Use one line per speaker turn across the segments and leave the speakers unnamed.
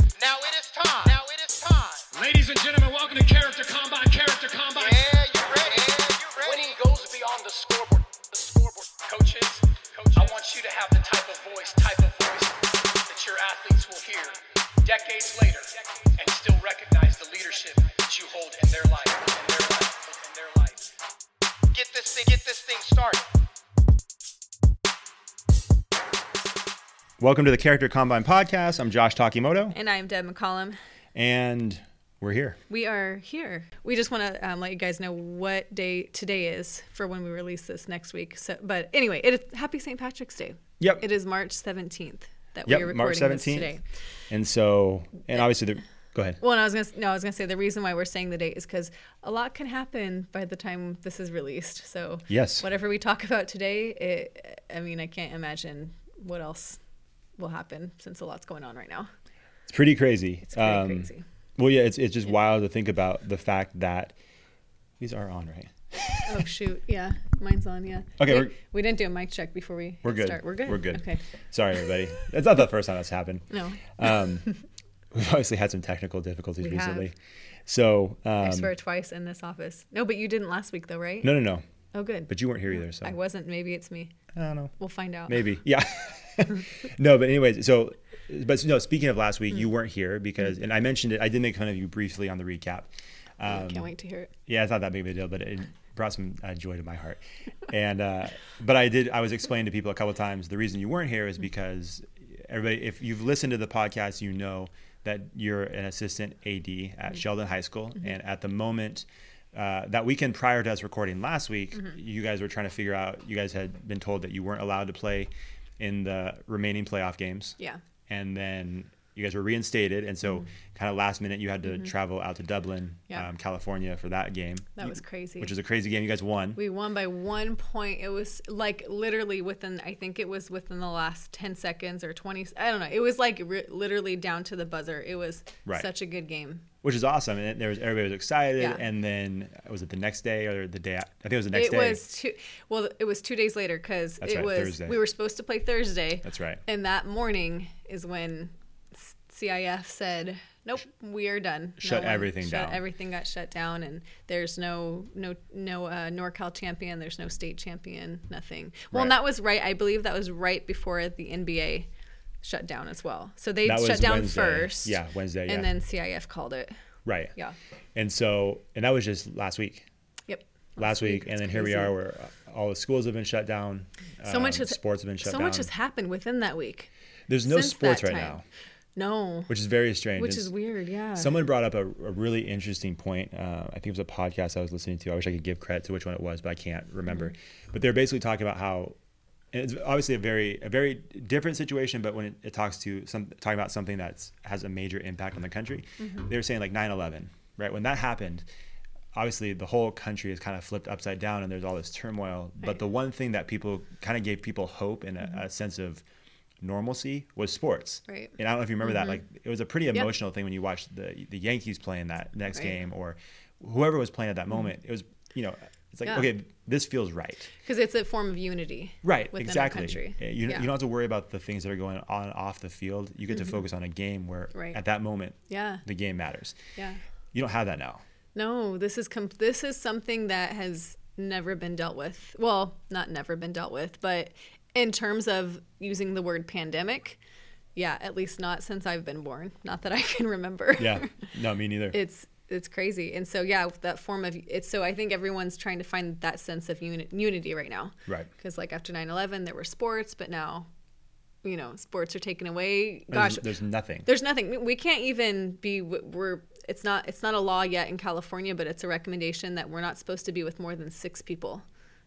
Now it is time. Now it is time.
Ladies and gentlemen, welcome to Character Combine. Character Combine.
Yeah, you ready? Yeah, you ready?
Winning goes beyond the scoreboard. The scoreboard.
Coaches, coaches,
I want you to have the type of voice, type of voice that your athletes will hear decades later and still recognize the leadership that you hold in their life, in their life, in their life.
Get this thing. Get this thing started.
Welcome to the Character Combine Podcast. I'm Josh Takimoto,
And I'm Deb McCollum.
and we're here.
We are here. We just want to um, let you guys know what day today is for when we release this next week. So, but anyway, it is Happy St. Patrick's Day.
Yep.
It is March 17th that
Yep,
we are recording
March
this
17th.
today.
And so, and obviously, the, go ahead.
Well, and I was gonna s- no, I was gonna say the reason why we're saying the date is because a lot can happen by the time this is released. So
Yes.
whatever we talk about today, it, I mean, I can't imagine what else will happen since a lot's going on right now.
It's pretty crazy. Um,
It's pretty crazy.
Well, yeah, it's, it's just wild to think about the fact that these are on, right?
Oh shoot! Yeah, mine's on. Yeah.
Okay,
We,
we're-
we didn't do a mic check before we.
We're good.
Start. We're good.
We're good.
Okay.
Sorry, everybody. That's not the first time that's happened.
No.
Um, we've obviously had some technical difficulties
We have.
recently. So,
I
um,
swear twice in this office. No, but you didn't last week though, right?
no, no, no.
Oh, good.
But you weren't here either. So,
I wasn't. Maybe it's me.
I don't know.
We'll find out.
Maybe. Yeah. no, but anyways, so but no, speaking of last week, you weren't here because and I mentioned it, I did make fun of you briefly on the recap. Um,
Can't wait to hear it.
yeah, it's not that big of a deal, but it brought some uh, joy to my heart. And uh, but I did. I was explaining to people a couple times the reason you weren't here is because everybody. If you've listened to the podcast, you know that you're an assistant AD at Sheldon High School, and at the moment. Uh, that weekend prior to us recording last week, you guys were trying to figure out. You guys had been told that you weren't allowed to play in the remaining playoff games
Yeah.
and then you guys were reinstated and so kind of last minute you had to travel out to dublin
Mm-hmm. Yeah.
um, california for that game
That
You-
was crazy.
which is a crazy game you guys won
We won by one point. It was like literally within. I think it was within the last ten seconds or twenty. I don't know. It was like ri literally down to the buzzer. It was
Right.
such a good game.
which is awesome and there was everybody was excited
Yeah.
and then was it the next day or the day a- i think it was the next
it
day
was two. Well, it was two days later because
That's
it
right,
was
Thursday.
we were supposed to play Thursday.
That's right.
And that morning is when S- CIF said, "Nope, we are done."
Shut
one-
everything
shut-
down.
Everything got shut down, and there's no no no uh, NorCal champion. There's no state champion. Nothing. Well, and
Right.
that was right. I believe that was right before the NBA shut down as well. So they
That was
shut down
Wednesday.
first.
Yeah, Wednesday, yeah.
And then CIF called it.
right
Yeah.
and so and that was just last week
Yep.
last week, and
It's
then here we
crazy.
are where uh, all the schools have been shut down
So much
um,
has
sports have been shut
so
down
much has happened within that week.
there's no
since
sports
that
right
time.
now
No,
which is very strange
which
It's-
is weird. Yeah.
Someone brought up a, a really interesting point. Uh, I think it was a podcast I was listening to. I wish I could give credit to which one it was, but I can't remember. But they're basically talking about how and it's obviously a very a very different situation. But when it, it talks to some talking about something that's has a major impact on the country, they were saying like 9/11, right? When that happened, obviously the whole country is kind of flipped upside down, and there's all this turmoil. But the one thing that people kind of gave people hope and a, a sense of normalcy was sports
Right.
and I don't know if you remember
Mm-hmm.
that. Like it was a pretty emotional thing when you watched the the Yankees playing that next
Right. Mm-hmm.
game or whoever was playing at that moment. It was you know it's like
Yeah.
okay this feels right.
because it's a form of unity.
Right,
within our
exactly.
country.
Yeah, You,
yeah.
you don't have to worry about the things that are going on and off the field. You get to focus on a game where
Mm-hmm. Right.
at that moment
Yeah.
the game matters.
Yeah.
You don't have that now.
No, this is com- this is something that has never been dealt with. Well, not never been dealt with, but in terms of using the word pandemic, yeah, at least not since I've been born. Not that I can remember.
Yeah. no, me neither.
it's it's crazy and so yeah that form of it's so i think everyone's trying to find that sense of uni- unity right now
Right.
because like after 9-11 there were sports but now you know sports are taken away
there's,
gosh there's,
there's nothing.
nothing we can't even be we're it's not it's not a law yet in california but it's a recommendation that we're not supposed to be with more than six people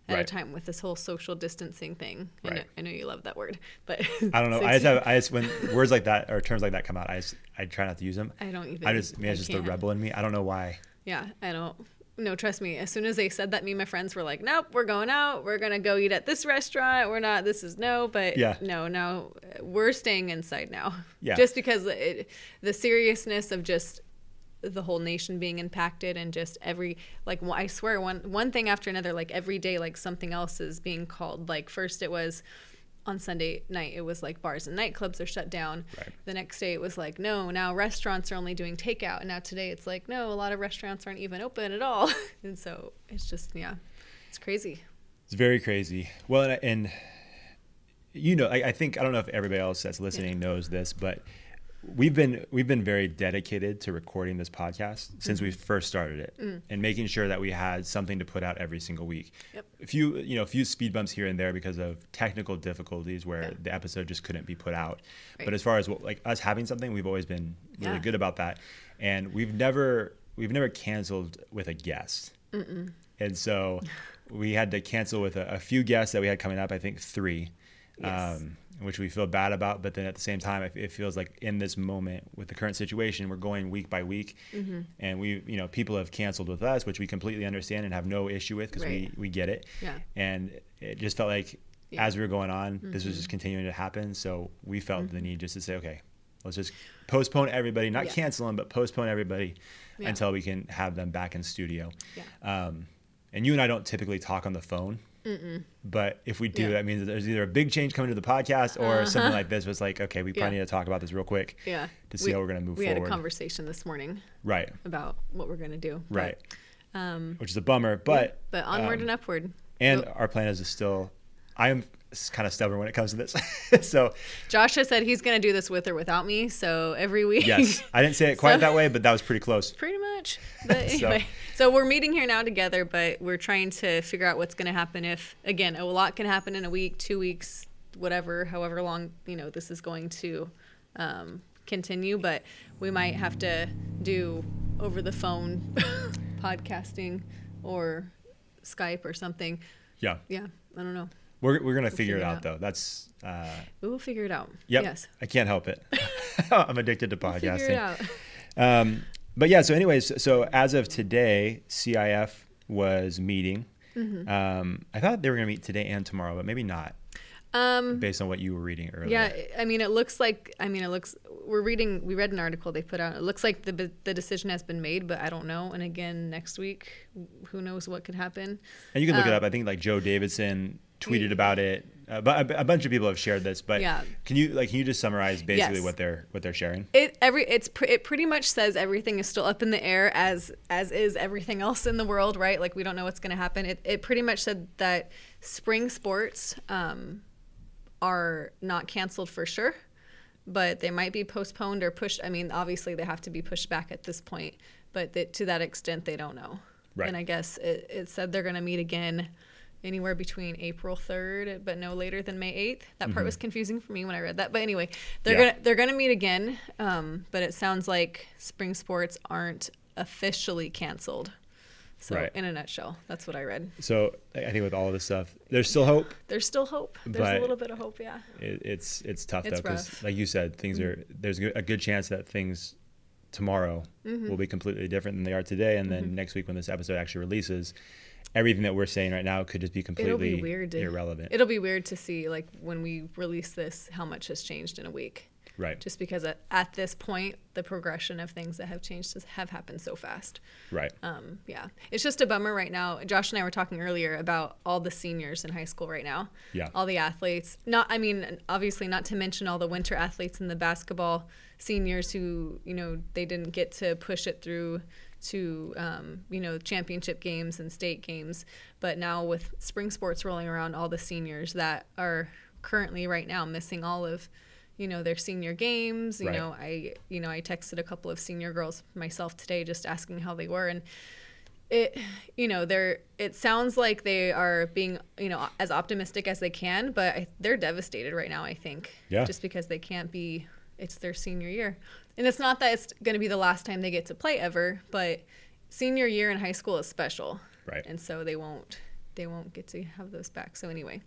at a
Right.
time with this whole social distancing thing I, know,
Right.
I know you love that word but
I don't know. I just have I just when words like that or terms like that come out, I just I try not to use them.
I don't even-
I just I mean, it's
I
just the
can't.
rebel in me. I don't know why.
Yeah, I don't. No, trust me. As soon as they said that, me and my friends were like, "Nope, we're going out. We're gonna go eat at this restaurant. We're not. This is no." But
Yeah.
no, no, we're staying inside now.
Yeah.
Just because it, the seriousness of just the whole nation being impacted and just every like wh- I swear one one thing after another like every day like something else is being called like first it was on Sunday night, it was like bars and nightclubs are shut down.
Right.
The next day, it was like, no, now restaurants are only doing takeout. And now today, it's like, no, a lot of restaurants aren't even open at all. and so it's just, yeah, it's crazy.
It's very crazy. Well, and, and you know, I, I think I don't know if everybody else that's listening knows this, but we've been we've been very dedicated to recording this podcast since
Mm-hmm.
we first started it
Mm.
and making sure that we had something to put out every single week.
Yep.
A few you know a few speed bumps here and there because of technical difficulties where
Yeah.
the episode just couldn't be put out. But
Right.
as far as what, like us having something, we've always been really
Yeah.
good about that, and we've never we've never canceled with a guest. And so we had to cancel with a, a few guests that we had coming up, I think three,
Yes.
um, which we feel bad about. But then at the same time, it, it feels like in this moment with the current situation, we're going week by week.
Mm-hmm.
And we, you know, people have canceled with us, which we completely understand and have no issue with because
Right.
we, we get it.
Yeah.
And it just felt like
Yeah. Mm-hmm.
as we were going on, this was just continuing to happen. So we felt the need just to say, okay, let's just postpone everybody, not
Yeah.
cancel them, but postpone everybody
Yeah.
until we can have them back in studio.
Yeah.
Um, and you and I don't typically talk on the phone. But if we do,
Yeah. Uh-huh.
that means that there's either a big change coming to the podcast or something like this was like, okay, we probably
Yeah.
need to talk about this real quick
Yeah.
to see how we're going to move
we
forward.
had a conversation this morning
right,
about what we're going to do. but- um,
right. Which is a bummer. But, um,
But onward and upward.
and
Well,
our plan is to still, I am kind of stubborn when it comes to this. so,
Josh has said he's going to do this with or without me. So every week.
yes, I didn't say it quite
So-
that way, but that was pretty close.
Pretty much. But
So-
anyway, so, we're meeting here now together, but we're trying to figure out what's going to happen if, again, a lot can happen in a week, two weeks, whatever, however long, you know, this is going to um, continue. But we might have to do over the phone podcasting or Skype or something.
Yeah.
Yeah, I don't know.
We're, we're going to figure it
figure it
out,
out.
though. That's, uh,
We will figure it out.
yep.
Yes.
I can't help it. I'm addicted to podcasting.
Figure it out.
Um, but yeah, so anyways, so as of today, CIF was meeting.
Mm-hmm.
Um, I thought they were going to meet today and tomorrow, but maybe not. Um, based on what you were reading earlier.
Yeah, I mean, it looks like I mean, it looks. We're reading. We read an article they put out. It looks like the the decision has been made, but I don't know. And again, next week, who knows what could happen?
and you can
uh,
look it up. I think like Joe Davidson tweeted about it. Uh, but a, a bunch of people have shared this. But
Yeah.
can you like can you just summarize basically
Yes.
what they're what they're sharing?
It every it's pr- it pretty much says everything is still up in the air as as is everything else in the world, right? Like we don't know what's going to happen. It it pretty much said that spring sports um, are not canceled for sure. but they might be postponed or pushed. I mean, obviously they have to be pushed back at this point, but that, to that extent, they don't know.
Right.
And I guess it, it said they're going to meet again anywhere between April 3rd, but no later than May 8th. That part was confusing for me when I read that. But anyway, they're
Mm-hmm. Yeah.
gonna they're gonna meet again. Um, but it sounds like spring sports aren't officially canceled. So
Right.
in a nutshell, that's what I read.
So I I think with all of this stuff, there's still hope.
There's still hope. There's
But-
a little bit of hope, yeah.
It, it's it's tough
It's
though because
rough. Mm-hmm.
like you said, things are there's a good chance that things tomorrow
Mm-hmm.
will be completely different than they are today, and then next week when this episode actually releases, everything that we're saying right now could just be
It'll
completely
be weird. To,
irrelevant.
It'll be weird to see like when we release this, how much has changed in a week.
right,
Just because at, at this point, the progression of things that have changed has, have happened so fast.
right,
Um, yeah, it's just a bummer right now. Josh and I were talking earlier about all the seniors in high school right now.
Yeah.
All the athletes. Not, I mean, obviously, not to mention all the winter athletes and the basketball seniors who, you know, they didn't get to push it through to, um, you know, championship games and state games. But now with spring sports rolling around, all the seniors that are currently right now missing all of, you know, their senior games. You
Right.
know, I, you know, I texted a couple of senior girls myself today, just asking how they were and it you know they're it sounds like they are being you know as optimistic as they can but I, they're devastated right now i think
Yeah.
just because they can't be it's their senior year and it's not that it's going to be the last time they get to play ever but senior year in high school is special
Right.
and so they won't they won't get to have those back so anyway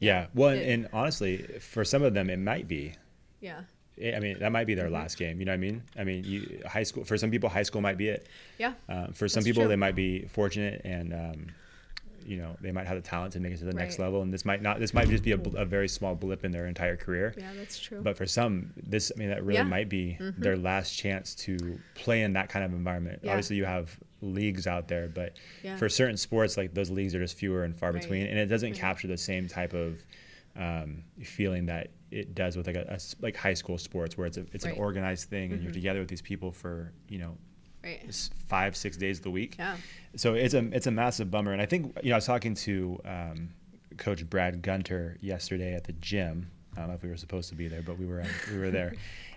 yeah. Well, and,
it-
and honestly, for some of them, it might be.
yeah
I mean, that might be
Mm-hmm.
their last game. You know what I mean? I mean, you, high school for some people, high school might be it.
yeah
Um, for some
That's
people,
true.
they might be fortunate and um, you know they might have the talent to make it to the next
Right.
level, and this might not. This might just be a, bl- a very small blip in their entire career.
yeah that's true
But for some, this I mean that really
Yeah. Mm-hmm.
might be their last chance to play in that kind of environment.
Yeah.
Obviously, you have leagues out there, but
Yeah.
for certain sports, like those leagues are just fewer and far
Right.
between, and it doesn't capture the same type of um, feeling that it does with like a, a s- like high school sports where it's a, it's
Right. Mm-hmm.
an organized thing and you're together with these people for you know
Right.
s- five six days of the week.
Yeah.
So it's a it's a massive bummer, and I think you know I was talking to um, Coach Brad Gunter yesterday at the gym. I don't know if we were supposed to be there, but we were we were there,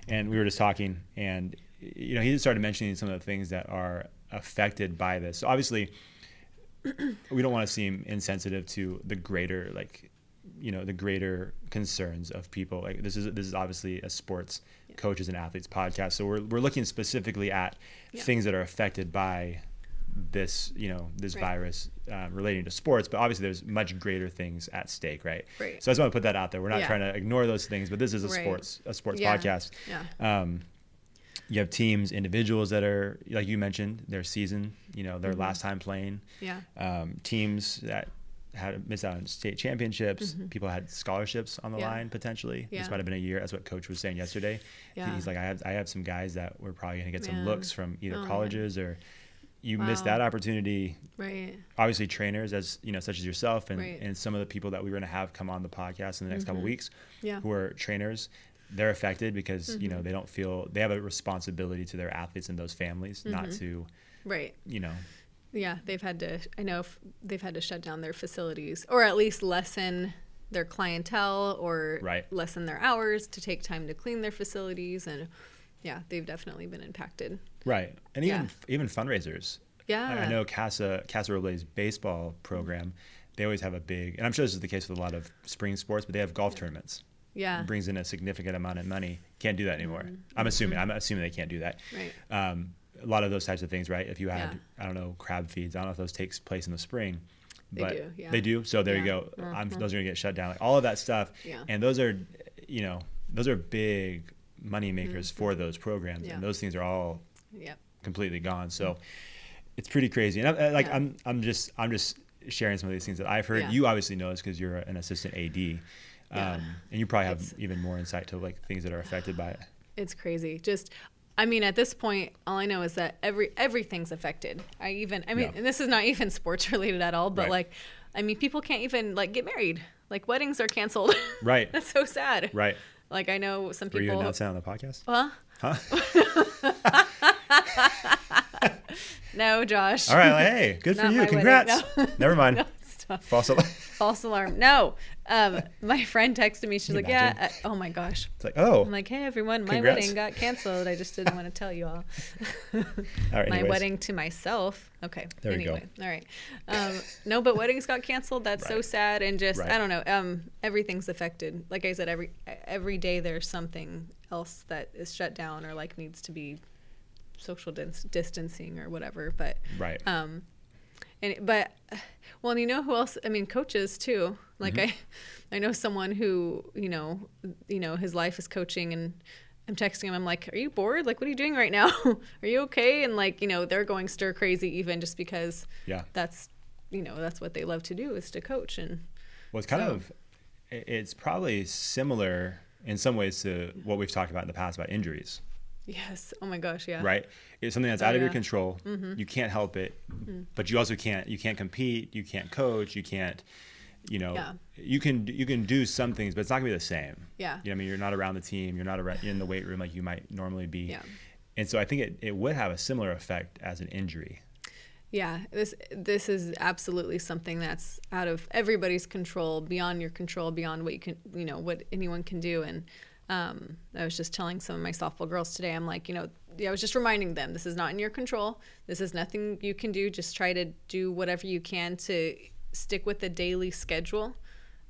and we were just talking, and you know he just started mentioning some of the things that are affected by this. So obviously, we don't want to seem insensitive to the greater like you know the greater concerns of people like this is this is obviously a sports coaches and athletes podcast so we're, we're looking specifically at
Yeah.
things that are affected by this you know this
Right.
virus uh, relating to sports but obviously there's much greater things at stake right
Right.
so i just want to put that out there we're not
Yeah.
trying to ignore those things but this is a
Right.
sports a sports
Yeah.
podcast
Yeah.
um, you have teams individuals that are like you mentioned their season you know their last time playing
Mm-hmm. Yeah.
um, teams that had missed out on state championships. People had scholarships on the
Mm-hmm. Yeah.
line potentially.
Yeah.
This might have been a year. That's what Coach was saying yesterday. He-
Yeah.
He's like, I have I have some guys that were probably going to get
Man.
some looks from either
Oh, man.
colleges or you missed
Wow.
that opportunity.
Right.
Obviously, trainers as you know, such as yourself and,
Right. Mm-hmm.
and some of the people that we were going to have come on the podcast in the next couple weeks,
Yeah. Mm-hmm.
who are trainers. They're affected because you know they don't feel they have a responsibility to their athletes and those families
Mm-hmm.
not to
Right.
you know
Yeah, they've had to. I know f- they've had to shut down their facilities, or at least lessen their clientele, or
Right.
lessen their hours to take time to clean their facilities. And yeah, they've definitely been impacted.
Right, and even
Yeah.
even fundraisers.
Yeah.
I, I know Casa Casa Robles baseball program. They always have a big, and I'm sure this is the case with a lot of spring sports, but they have golf tournaments.
Yeah. Mm-hmm.
It brings in a significant amount of money. Can't do that anymore. I'm assuming. I'm assuming they can't do that.
Right.
Um, a lot of those types of things, right? If you had,
Yeah.
I don't know, crab feeds. I don't know if those takes place in the spring.
They
but
do, yeah.
They do. So there you
Yeah. Uh-huh.
go. I'm, those are gonna get shut down. Like all of that stuff.
Yeah.
And those are, you know, those are big money makers for those programs,
Mm-hmm. Yeah.
and those things are all
Yep.
completely gone. So it's pretty crazy. And I, I, like
Yeah.
I'm, I'm just, I'm just sharing some of these things that I've heard.
Yeah.
You obviously know this because you're an assistant AD, um,
Yeah.
and you probably have
It's-
even more insight to like things that are affected by it.
It's crazy. Just, I mean, at this point, all I know is that every everything's affected. I even, I mean,
Yeah.
and this is not even sports related at all, but
Right.
like, I mean, people can't even like get married. Like weddings are canceled.
Right.
That's so sad.
Right.
Like I know some
Were you
people. Oh.
announcing that on the podcast?
Huh? no, Josh.
All right. Like, hey, good for
Not
you.
my wedding,
Congrats.
no.
Never mind.
Stop.
False alarm.
False alarm. No. Um, my friend texted me. She's
Can you
like, "Yeah,
imagine?
I- oh my gosh."
It's like, oh,
I'm like, "Hey everyone, my
Congrats.
wedding got canceled. I just didn't want to tell you all."
all right.
my
anyways.
wedding to myself. Okay.
There we go.
anyway. All right. Um, no, but weddings got canceled. That's so
Right.
sad. And just I
Right.
don't know. Um, everything's affected. Like I said, every every day there's something else that is shut down or like needs to be social dis- distancing or whatever. But
Right.
um, and but well, and you know who else? I mean, coaches too. Like I, I know someone who you know, you know, his life is coaching, and I'm texting him. I'm like, "Are you bored? Like, what are you doing right now? are you okay?" And like, you know, they're going stir crazy even just because
yeah.
that's, you know, that's what they love to do is to coach. And
Well, it's kind
So-
of, it- it's probably similar in some ways to what we've talked about in the past about injuries.
yes, oh my gosh, yeah, Oh,
right? It's something that's out of your
yeah. Mm-hmm. Mm.
control. You can't help it, but you also can't. You can't compete. You can't coach. You can't. You know,
Yeah.
you can you can do some things, but it's not gonna be the same.
Yeah.
You know, what I mean, you're not around the team. You're not around, in the weight room like you might normally be.
Yeah.
And so I think it, it would have a similar effect as an injury.
Yeah, this this is absolutely something that's out of everybody's control, beyond your control, beyond what you can, you know, what anyone can do. And um, I was just telling some of my softball girls today, I'm like, you know, yeah, I was just reminding them, this is not in your control. This is nothing you can do. Just try to do whatever you can to stick with the daily schedule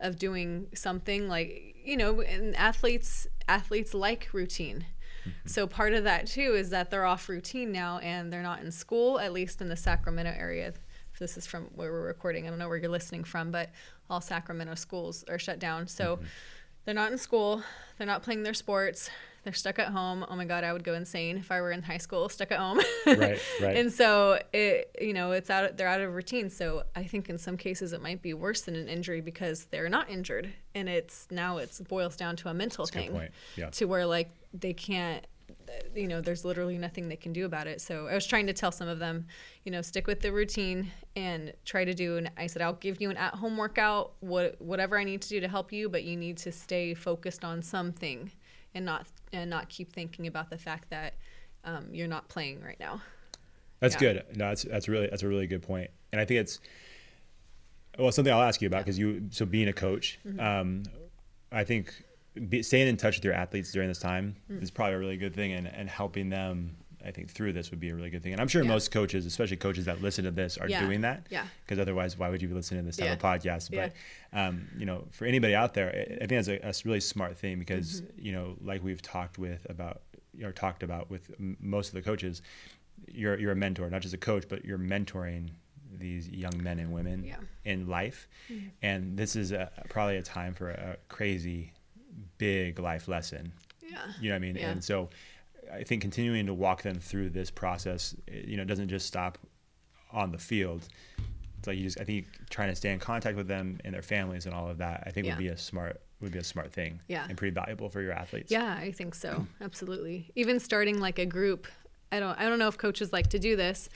of doing something like you know and athletes athletes like routine
Mm-hmm.
so part of that too is that they're off routine now and they're not in school at least in the sacramento area this is from where we're recording i don't know where you're listening from but all sacramento schools are shut down so
Mm-hmm.
they're not in school they're not playing their sports they're stuck at home oh my god i would go insane if i were in high school stuck at home
Right, right.
and so it you know it's out they're out of routine so i think in some cases it might be worse than an injury because they're not injured and it's now it's boils down to a mental
a good
thing
point. Yeah.
to where like they can't you know, there's literally nothing they can do about it. So I was trying to tell some of them, you know, stick with the routine and try to do. And I said, I'll give you an at-home workout, what, whatever I need to do to help you, but you need to stay focused on something and not and not keep thinking about the fact that um, you're not playing right now.
That's
Yeah.
good. No, that's that's really that's a really good point, and I think it's well something I'll ask you about because you so being a coach,
Mm-hmm.
um, I think be, staying in touch with your athletes during this time
Mm.
is probably a really good thing, and and helping them. I think through this would be a really good thing, and I'm sure
Yeah.
most coaches, especially coaches that listen to this, are
Yeah.
doing that.
Yeah.
Because otherwise, why would you be listening to this type of
Yeah.
podcast?
Yeah.
But um, you know, for anybody out there, I, I think that's a, that's a really smart thing because
Mm-hmm.
you know, like we've talked with about or talked about with m- most of the coaches, you're you're a mentor, not just a coach, but you're mentoring these young men and women
Yeah. Mm-hmm.
in life, and this is a, probably a time for a crazy, big life lesson.
Yeah.
You know what I mean?
Yeah.
And so I think continuing to walk them through this process, eh, you know, doesn't just stop on the field. It's like you just I think trying to stay in contact with them and their families and all of that, I think
Yeah.
would be a smart would be a smart thing.
Yeah.
And pretty valuable for your athletes.
Yeah, I think so. Absolutely. Even starting like a group. I don't I don't know if coaches like to do this.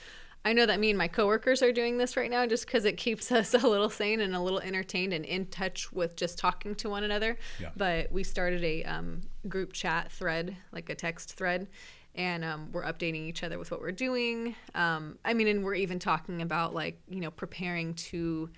I know that me and my coworkers are doing this right now just because it keeps us a little sane and a little entertained and in touch with just talking to one another.
Yeah.
But we started a um, group chat thread, like a text thread, and um, we're updating each other with what we're doing. Um, I mean, and we're even talking about like, you know, preparing to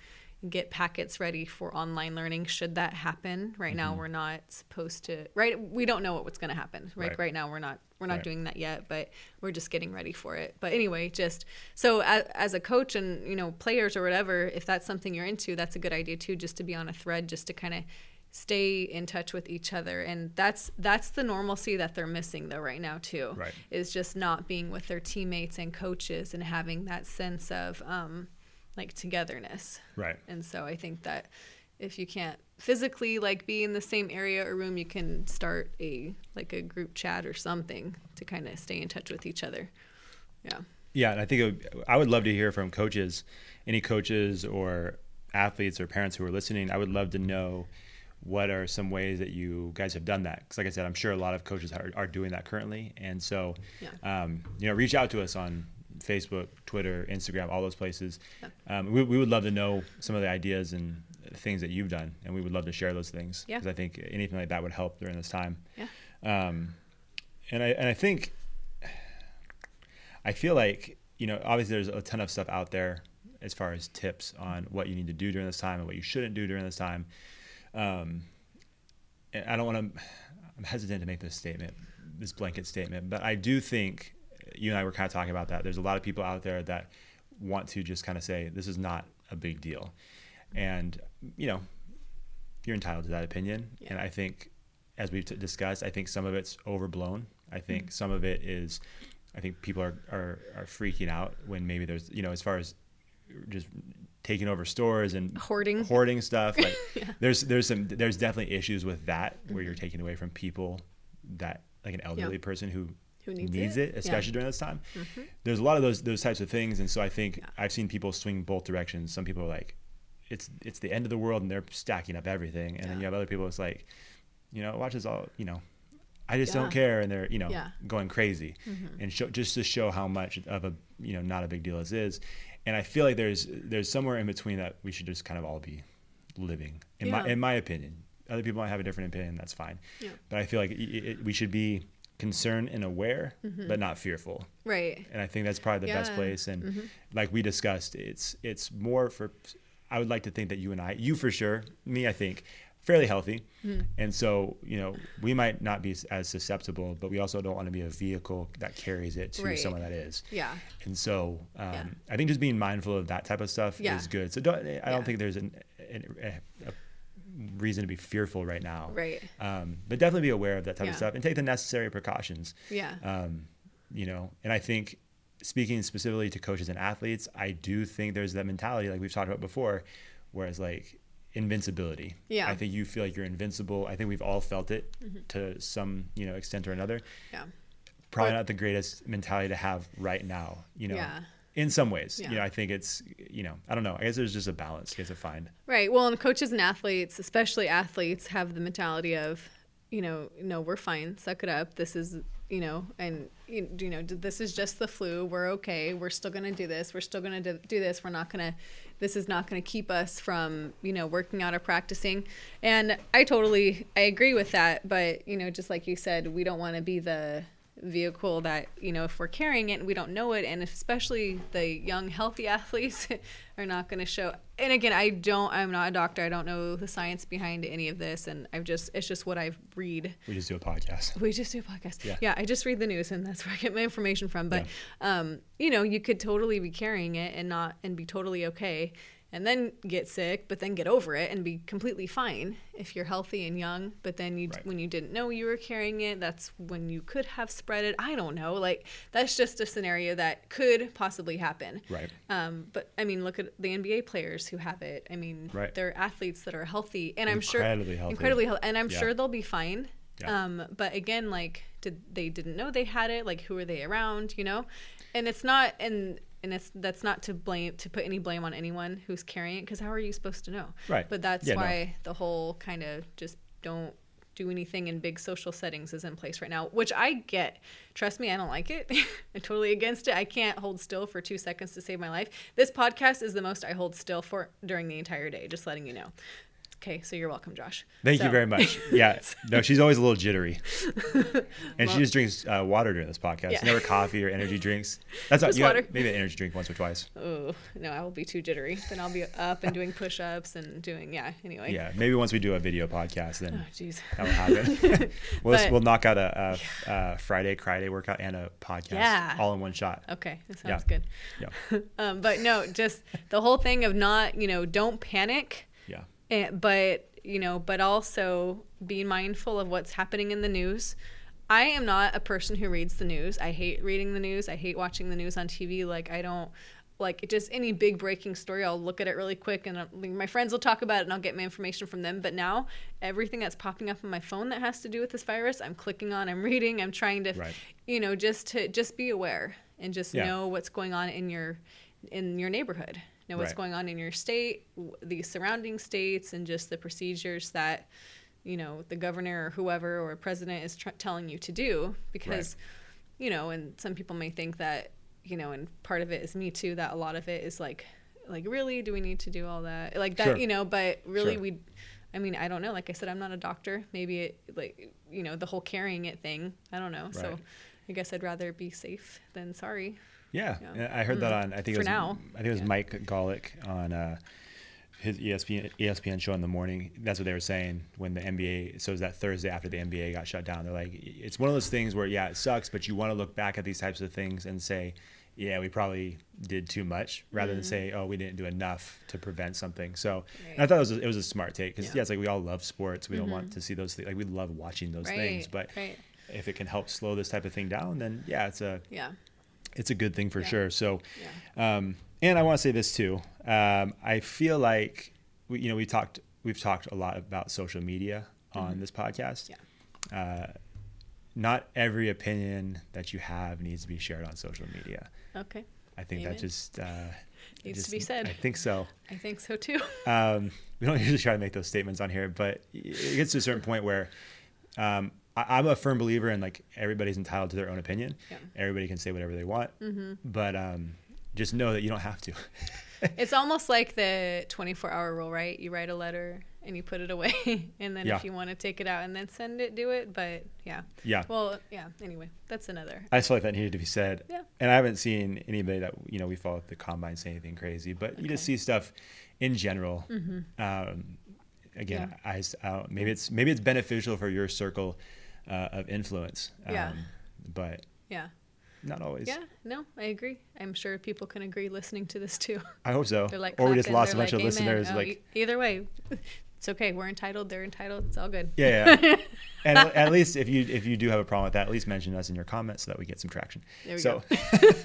get packets ready for online learning should that happen right now we're not supposed to right we don't know what's going to happen right? right
Right.
now we're not we're not
Right.
doing that yet but we're just getting ready for it but anyway just so as, as a coach and you know players or whatever if that's something you're into that's a good idea too just to be on a thread just to kind of stay in touch with each other and that's that's the normalcy that they're missing though right now too
Right.
is just not being with their teammates and coaches and having that sense of um like togetherness
Right.
and so I think that if you can't physically like be in the same area or room, you can start a like a group chat or something to kind of stay in touch with each other. Yeah.
Yeah, and I think it would, I would love to hear from coaches, any coaches or athletes or parents who are listening. I would love to know what are some ways that you guys have done that. Because, like I said, I'm sure a lot of coaches are, are doing that currently. And so,
Yeah.
um, you know, reach out to us on Facebook, Twitter, Instagram, all those places. Um, we, we would love to know some of the ideas and things that you've done, and we would love to share those things
Yeah.
I think anything like that would help during this time.
Yeah.
Um, and I and I think I feel like you know obviously there's a ton of stuff out there as far as tips on what you need to do during this time and what you shouldn't do during this time. Um, and I don't want to. I'm hesitant to make this statement, this blanket statement, but I do think you and I were kind of talking about that. There's a lot of people out there that want to just kind of say this is not a big deal, and you know you're entitled to that opinion. And I think, as we've t- discussed, I think some of it's overblown. I think some of it is, I think people are, are, are freaking out when maybe there's, you know, as far as just taking over stores and
Hoarding.
hoarding stuff. Like there's, there's some, there's definitely issues with that where
Mm-hmm.
you're taking away from people that like an elderly person who,
Who needs
it,
it. Yeah. Mm-hmm.
especially during this time. There's a lot of those those types of things, and so I think I've seen people swing both directions. Some people are like, "It's it's the end of the world," and they're stacking up everything, and then you have other people it's like, you know, watch this all, you know, I just
Yeah.
don't care, and they're you know
Yeah. Mm-hmm.
going crazy, and show, just to show how much of a you know not a big deal this is, and I feel like there's there's somewhere in between that we should just kind of all be living in my
Yeah.
in my opinion. Other people might have a different opinion. That's fine.
Yeah.
But I feel like it, it, we should be concerned and aware,
Mm-hmm.
but not fearful.
Right.
And I think that's probably the best
Yeah. Mm-hmm.
place. And like we discussed, it's it's more for. I would like to think that you and I, you for sure, me, I think, fairly healthy.
Mm-hmm.
And so you know, we might not be as susceptible, but we also don't want to be a vehicle that carries it to
Right.
someone that is.
Yeah.
And so um,
Yeah.
I think just being mindful of that type of stuff
Yeah.
is good. So don't, I
Yeah.
don't think there's an, an, a, a reason to be fearful right now.
Right.
Um, but definitely be aware of that type
Yeah.
of stuff and take the necessary precautions.
Yeah.
Um, you know, and I think speaking specifically to coaches and athletes, I do think there's that mentality like we've talked about before, whereas like invincibility.
Yeah. Mm-hmm.
I think you feel like you're invincible. I think we've all felt it to some, you know, extent or another
yeah.
probably
But-
not the greatest mentality to have right now, you know.
Yeah.
In some ways,
Yeah.
you know, I think it's, you know, I don't know. I guess there's just a balance you have to find.
Right. Well, and coaches and athletes, especially athletes, have the mentality of, you know, no, we're fine. Suck it up. This is you know, and you you know, this is just the flu. We're okay. We're still going to do this. We're still going to do, do this. We're not going to. This is not going to keep us from you know working out or practicing. And I totally I agree with that. But you know, just like you said, we don't want to be the vehicle that you know if we're carrying it and we don't know it and especially the young healthy athletes are not going to show and again i don't i'm not a doctor i don't know the science behind any of this and i've just it's just what i read
We just do a podcast.
we just do a podcast
Yeah.
yeah. i just read the news and that's where i get my information from but um you know you could totally be carrying it and not and be totally okay and then get sick but then get over it and be completely fine if you're healthy and young but then you
Right.
when you didn't know you were carrying it that's when you could have spread it i don't know like that's just a scenario that could possibly happen
Right.
um, but i mean look at the nba players who have it i mean
Right.
they're athletes that are healthy and i'm
Incredibly
sure
healthy.
incredibly healthy and i'm
Yeah.
sure they'll be fine
Yeah.
um, but again, like, did they didn't know they had it? Like, who are they around? You know, and it's not, and and it's that's not to blame to put any blame on anyone who's carrying it, because how are you supposed to know?
Right.
But that's
Yeah, no.
why the whole kind of just don't do anything in big social settings is in place right now, which I get. Trust me, I don't like it. I'm totally against it. I can't hold still for two seconds to save my life. This podcast is the most I hold still for during the entire day. Just letting you know. Okay, so you're welcome, Josh.
Thank you
So-
very much. Yeah. No, she's always a little jittery. And she just drinks uh, water during this podcast.
Yeah.
Never coffee or energy drinks. That's not
Just
you have-
water.
maybe an energy drink once or twice.
oh no i will be too jittery then i'll be up and doing push-ups and doing yeah anyway
Yeah. Maybe once we do a video podcast,
oh
then
jeez
that will happen. we'll,
But-
we'll knock out a, a, a Friday, Friday workout and a podcast
Yeah.
all in one shot.
okay that
Yeah.
sounds good
Yeah.
um, but no just the whole thing of not you know don't panic
Yeah.
and, Eh, but you know but also be mindful of what's happening in the news i am not a person who reads the news i hate reading the news i hate watching the news on tv like i don't like it just any big breaking story i'll look at it really quick and I'll- my friends will talk about it and i'll get my information from them but now everything that's popping up on my phone that has to do with this virus i'm clicking on i'm reading i'm trying to
Right.
you know just to just be aware and just
Yeah.
know what's going on in your in your neighborhood know what's
Right.
going on in your state w- the surrounding states and just the procedures that you know the governor or whoever or president is tr- telling you to do because you know and some people may think that you know and part of it is me too that a lot of it is like like really do we need to do all that like that
Sure.
you know but really
Sure.
we i mean i don't know like i said i'm not a doctor maybe it like you know the whole carrying it thing i don't know so
Right.
i guess i'd rather be safe than sorry
Yeah,
Yeah. Mm-hmm.
and I heard that on. I think it
For
was.
now.
I think it was Mike Golick on uh, his E ESPN ESPN show in the morning. That's what they were saying when the NBA. So it was that Thursday after the NBA got shut down. They're like, it's one of those things where yeah, it sucks, but you want to look back at these types of things and say, yeah, we probably did too much, rather than say, oh, we didn't do enough to prevent something. So and I
Mm-hmm. Right.
thought it was a, it was a smart take because yeah.
Yeah. Mm-hmm.
it's like we all love sports. We don't want to see those things. Like we love watching those things, but
Right, right.
if it can help slow this type of thing down, then yeah, it's a
yeah
it's a good thing for sure. So, um, and I want to say this too. Um, I feel like we, you know we talked we've talked a lot about social media on this podcast.
Mm-hmm.
Uh,
Yeah.
Not every opinion that you have needs to be shared on social media.
okay
I think that
Amen.
just uh,
Needs to
just-
be said.
I think so.
i think so too
Um, we don't usually try to make those statements on here, but it gets to a certain point where um, I, I'm a firm believer in like everybody's entitled to their own opinion.
Yeah. Mm-hmm.
Everybody can say whatever they want, but um, just know that you don't have to.
It's almost like the 24 hour rule, right? You write a letter and you put it away. and then
Yeah.
if you want to take it out and then send it, do it. But yeah.
Yeah.
Well, yeah. Anyway, that's another.
I just felt like that needed to be said.
Yeah.
And I haven't seen anybody that you know we follow at the combine say anything crazy, but you just see stuff in general.
Mm-hmm.
Um, again, I, s- I don't- maybe it's maybe it's beneficial for your circle uh, of influence. Um,
Yeah.
But
Yeah.
not always.
Yeah. No, I agree. I'm sure people can agree listening to this too.
I hope so.
They're like,
or we just
clapping.
lost a
They're
bunch
like,
of
"Amen."
listeners.
Oh,
like,
e- either way, it's okay. We're entitled. They're entitled. It's all good.
yeah, yeah. and at- at least if you if you do have a problem with that, at least mention us in your comments so that we get some traction.
There we
so,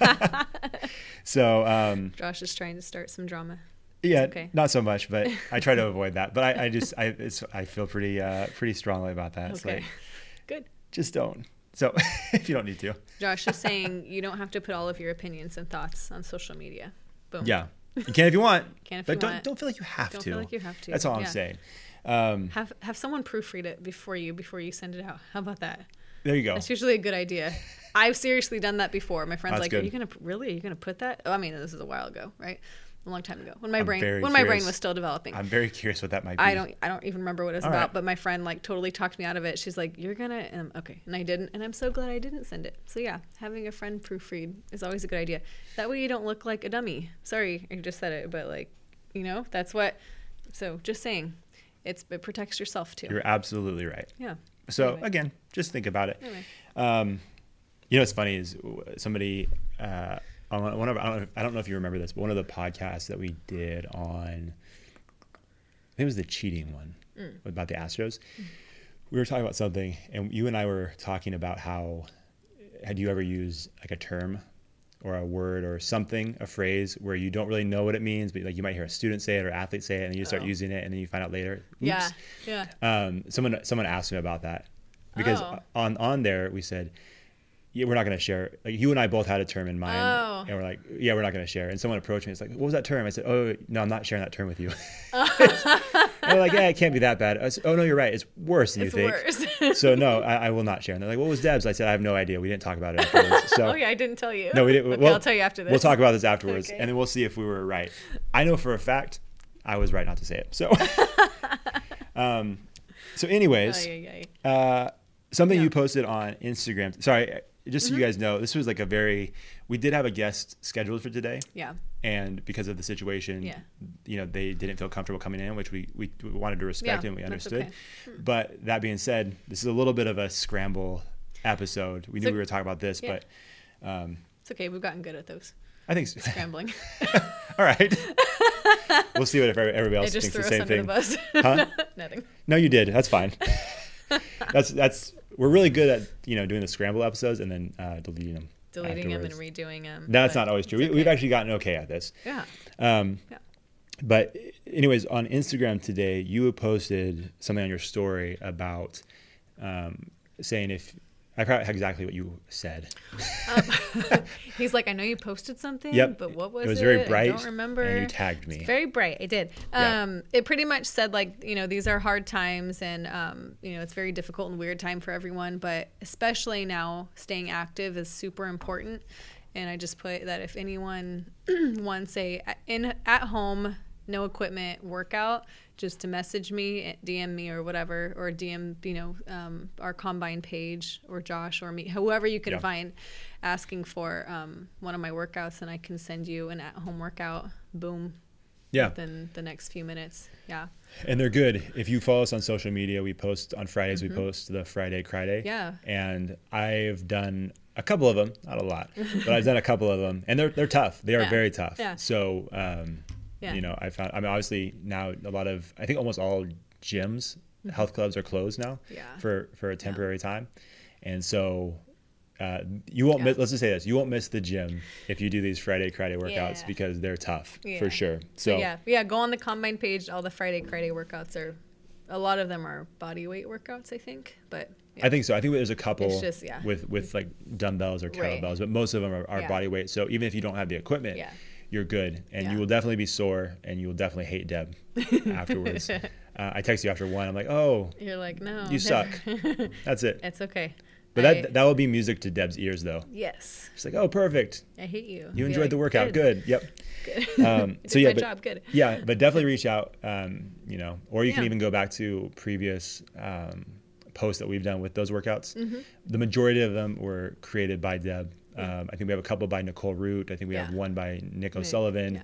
so um,
Josh is trying to start some drama.
yeah,
okay.
not so much, but I try to avoid that. But I, I just I it's, I feel pretty uh, pretty strongly about that. It's
Okay.
like
Good.
just don't. So if you don't need to,
Josh is saying you don't have to put all of your opinions and thoughts on social media. Boom.
yeah, you can if you want.
Can if
but
you
don't
want.
don't feel like you have
Don't
to.
feel like you have to.
That's all I'm
Yeah.
saying.
Have have someone proofread it before you before you send it out. How about that?
There you go.
That's usually a good idea. I've seriously done that before. My friend's
That's
like, "Are
good.
you gonna p- really? Are you gonna put that?" Oh, I mean, this is a while ago, right? A long time ago, when my
I'm
brain
very
when my brain
curious.
was still developing.
I'm very curious what that might be.
I don't I don't even remember what it was
All
about,
right.
but my friend like totally talked me out of it. She's like, "You're gonna," and I'm, okay, and I didn't, and I'm so glad I didn't send it. So yeah, having a friend proofread is always a good idea. That way you don't look like a dummy. Sorry, I just said it, but like, you know, that's what. So just saying, it's it protects yourself too.
You're absolutely right.
yeah.
So
Anyway.
again, just think about it.
Anyway.
Um, you know, what's funny is w- somebody uh, on one of I don't, know, I don't know if you remember this, but one of the podcasts that we did on I think it was the cheating one
Mm.
about the Astros. We were talking about something, and you and I were talking about how had you ever used like a term or a word or something, a phrase where you don't really know what it means, but like you might hear a student say it or athlete say it, and then you start
Oh.
using it, and then you find out later. Oops
Yeah. Yeah.
um, someone someone asked me about that because
Oh.
on on there we said yeah we're not going to share like you and I both had a term in mind
Oh.
and we're like yeah we're not going to share and someone approached me it's like what was that term I said oh no I'm not sharing that term with you and they're like yeah it can't be that bad I said, oh no you're right it's worse than
It's
you think
worse.
so no I, I will not share and they're like what was Deb's I said I have no idea we didn't talk about it afterwards. so
oh yeah, I didn't tell you.
no, we didn't.
Okay,
well,
I'll tell you after this.
We'll talk about this afterwards,
Okay.
and then we'll see if we were right. I know for a fact I was right not to say it. So, um, so anyways,
Ay, ay, ay.
uh, something
Oh, Yeah. Mm-hmm.
you posted on Instagram. Sorry, just so you guys know, this was like a very. We did have a guest scheduled for today,
Yeah.
and because of the situation,
Yeah.
you know, they didn't feel comfortable coming in, which we we, we wanted to respect
Yeah,
and we
that's
understood.
okay. Hmm.
But that being said, this is a little bit of a scramble episode. We knew
So-
we were talking about this,
yeah.
but. Um,
It's okay. We've gotten good at those
I think so.
scrambling.
All right. we'll see what if everybody
I
else
just
thinks
threw
the
us
same
under the
thing.
bus.
Huh?
Nothing.
No, you did. That's fine. that's that's we're really good at you know doing the scramble episodes and then uh, deleting them.
Deleting them and
afterwards.
redoing them.
That's not always true. We, We've actually gotten okay at this.
Yeah.
Um,
Yeah.
But anyways, on Instagram today, you had posted something on your story about um, saying if I forgot exactly what you said.
He's like, I know you posted something,
Yep.
but what was it?
It was very bright,
I
and
don't remember.
you tagged me.
It's very bright. I did.
Yeah.
Um, It pretty much said like, you know, these are hard times, and um, you know, it's very difficult and weird time for everyone, but especially now, staying active is super important. And I just put that if anyone wants a in at home no equipment workout just to message me dm me or whatever or dm you know um, our combine page or josh or me whoever you can
Yeah.
find asking for um, one of my workouts and i can send you an at home workout boom
Yeah.
within the next few minutes yeah
and they're good. If you follow us on social media, we post on Fridays. We post the Friday Friday.
Mm-hmm. Yeah.
And I've done a couple of them, not a lot, but I've done a couple of them, and they're they're tough. They are
Yeah.
very tough.
Yeah.
So, um,
Yeah.
you know, I found. I mean, obviously now a lot of I think almost all gyms, health clubs are closed now.
Mm-hmm. Yeah.
For for a temporary time, and so. Uh, you won't
Yeah.
miss. Let's just say this: you won't miss the gym if you do these Friday, Friday workouts
Yeah.
because they're tough
Yeah.
for sure.
so
So,
yeah yeah go on the combine page all the friday friday workouts are a lot of them are body weight workouts i think but yeah.
I think so. I think there's a couple
It's just- yeah.
with with like dumbbells or
Right.
kettlebells, but most of them are, are
Yeah.
body weight. So even if you don't have the equipment,
Yeah.
you're good, and
Yeah.
you will definitely be sore, and you will definitely hate Deb afterwards. uh, I text you after one. I'm like, oh,
you're like no
you suck. That's it.
it's okay
But
I-
that that will be music to Deb's ears, though.
yes
She's like, oh, perfect.
I hate you.
You enjoyed the workout. Good. Yep. Um,
I
so
did
yeah,
my
but,
job good.
yeah, but definitely reach out. Um, you know, or you can
Yeah.
even go back to previous um, posts that we've done with those workouts.
Mm-hmm.
The majority of them were created by Deb. Um, I think we have a couple by Nicole Root. I think we have
Yeah.
one by Nick O'Sullivan.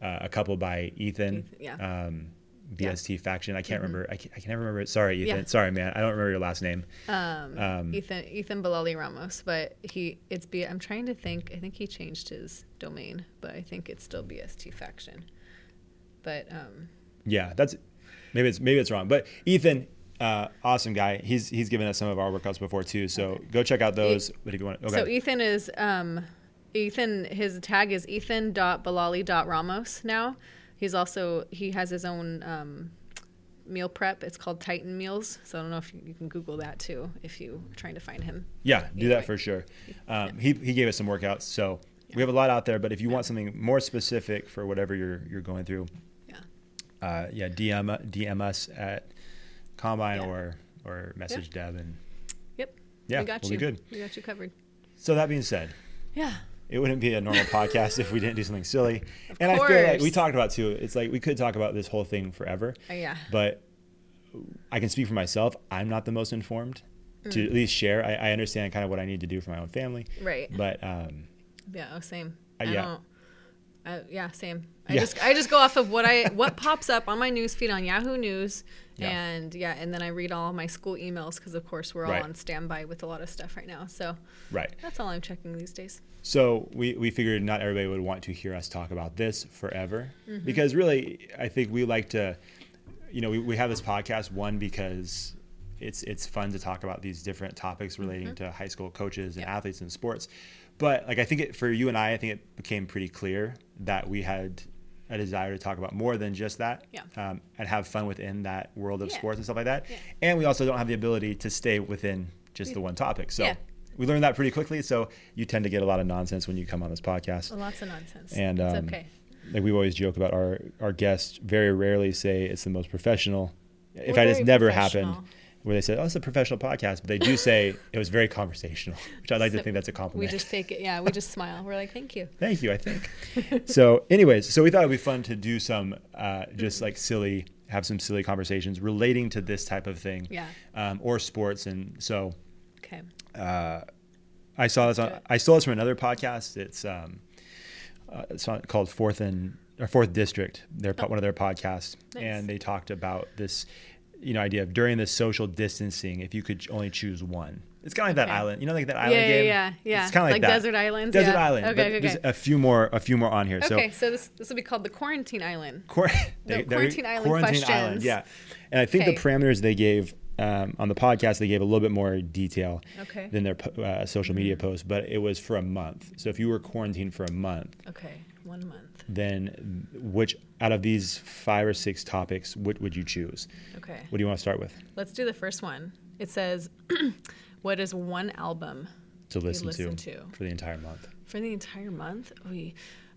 Uh, a couple by Ethan.
Ethan, yeah. Mm-hmm.
Um, BST faction. I can't remember. I can, I can never remember. it. Sorry, Ethan.
Yeah.
Sorry, man. I don't remember your last name.
Um, Ethan Ethan Bilali Ramos, but he it's B. I'm trying to think. I think he changed his domain, but I think it's still BST faction. But um,
Yeah, that's maybe it's maybe it's wrong, but Ethan, uh, awesome guy. He's he's given us some of our workouts before too, so go check out those. But if you want, okay,
so Ethan is um, Ethan. His tag is Ethan Ramos now. He's also he has his own um, meal prep. It's called Titan Meals. So I don't know if you, you can Google that too if you're trying to find him.
yeah, do
either
that
way.
for sure. Um, He he gave us some workouts, so we have a lot out there. But if you want something more specific for whatever you're you're going through,
Yeah.
uh, yeah, DM u- DM us at Combine
Yeah.
or or message Deb and
Yep.
Yeah,
we got
we'll
you.
be good.
We got you covered.
So that being said,
Yeah.
it wouldn't be a normal podcast if we didn't do something silly. and I feel
course.
like we talked about too. It's like we could talk about this whole thing forever.
Uh, yeah.
But I can speak for myself. I'm not the most informed
Mm.
to at least share. I, I understand kind of what I need to do for my own family.
Right.
But um,
Yeah. Oh, same.
Uh,
I
yeah.
don't. I, yeah, same. I
Yeah.
just I just go off of what I what pops up on my news feed on Yahoo News,
Yeah.
and yeah, and then I read all my school emails because of course we're all
Right.
on standby with a lot of stuff right now. So
right.
that's all I'm checking these days.
So we, we figured not everybody would want to hear us talk about this forever
Mm-hmm.
because really I think we like to you know we, we have this podcast one because it's it's fun to talk about these different topics relating
Mm-hmm.
to high school coaches and athletes and sports but like I think it, for you and I I think it became pretty clear that we had a desire to talk about more than just that
Yeah.
um, and have fun within that world of
Yeah.
sports and stuff like that
Yeah.
and we also don't have the ability to stay within just the one topic so
Yeah.
we learned that pretty quickly. So you tend to get a lot of nonsense when you come on this podcast.
Lots of nonsense.
And
it's
um,
okay.
like we always joke about our our guests very rarely say it's the most professional. In
We're
fact, it's
very
never happened
professional.
where they said, "Oh, it's a professional podcast," but they do say it was very conversational, which I like to
So
think that's a
We
compliment.
just take it. Yeah, we just smile. We're like, thank you.
Thank you, I think. so, anyways, so we thought it'd be fun to do some uh, just like silly, have some silly conversations relating to this type of thing,
Yeah.
um, or sports, and so
Okay.
I saw this
do
on.
it.
I saw this from another podcast. It's um, uh, it's on, called Fourth and or Fourth District. They're po- one of their podcasts,
Oh. Nice.
and they talked about this, you know, idea of during the social distancing, if you could only choose one. It's kind of like that
Okay.
island, you know, like that island
yeah,
game.
yeah, yeah.
It's kind of like,
Like
that.
desert islands,
Desert
yeah.
island.
Okay,
but
okay,
There's
okay.
a few more. A few more on here. So
okay, so this this will be called the quarantine island.
Quar- they-
No,
they-
quarantine island questions.
yeah, and I think the
Okay.
parameters they gave um, on the podcast they gave a little bit more detail
Okay. Mm-hmm.
than their po- uh, social media post, but it was for a month. So if you were quarantined for a month,
Okay, one month.
then which out of these five or six topics, what would you choose?
Okay.
What do you want to start with
Let's do the first one. It says, "What is one album
to listen,
listen to.
for the entire month?
for the entire month?" We,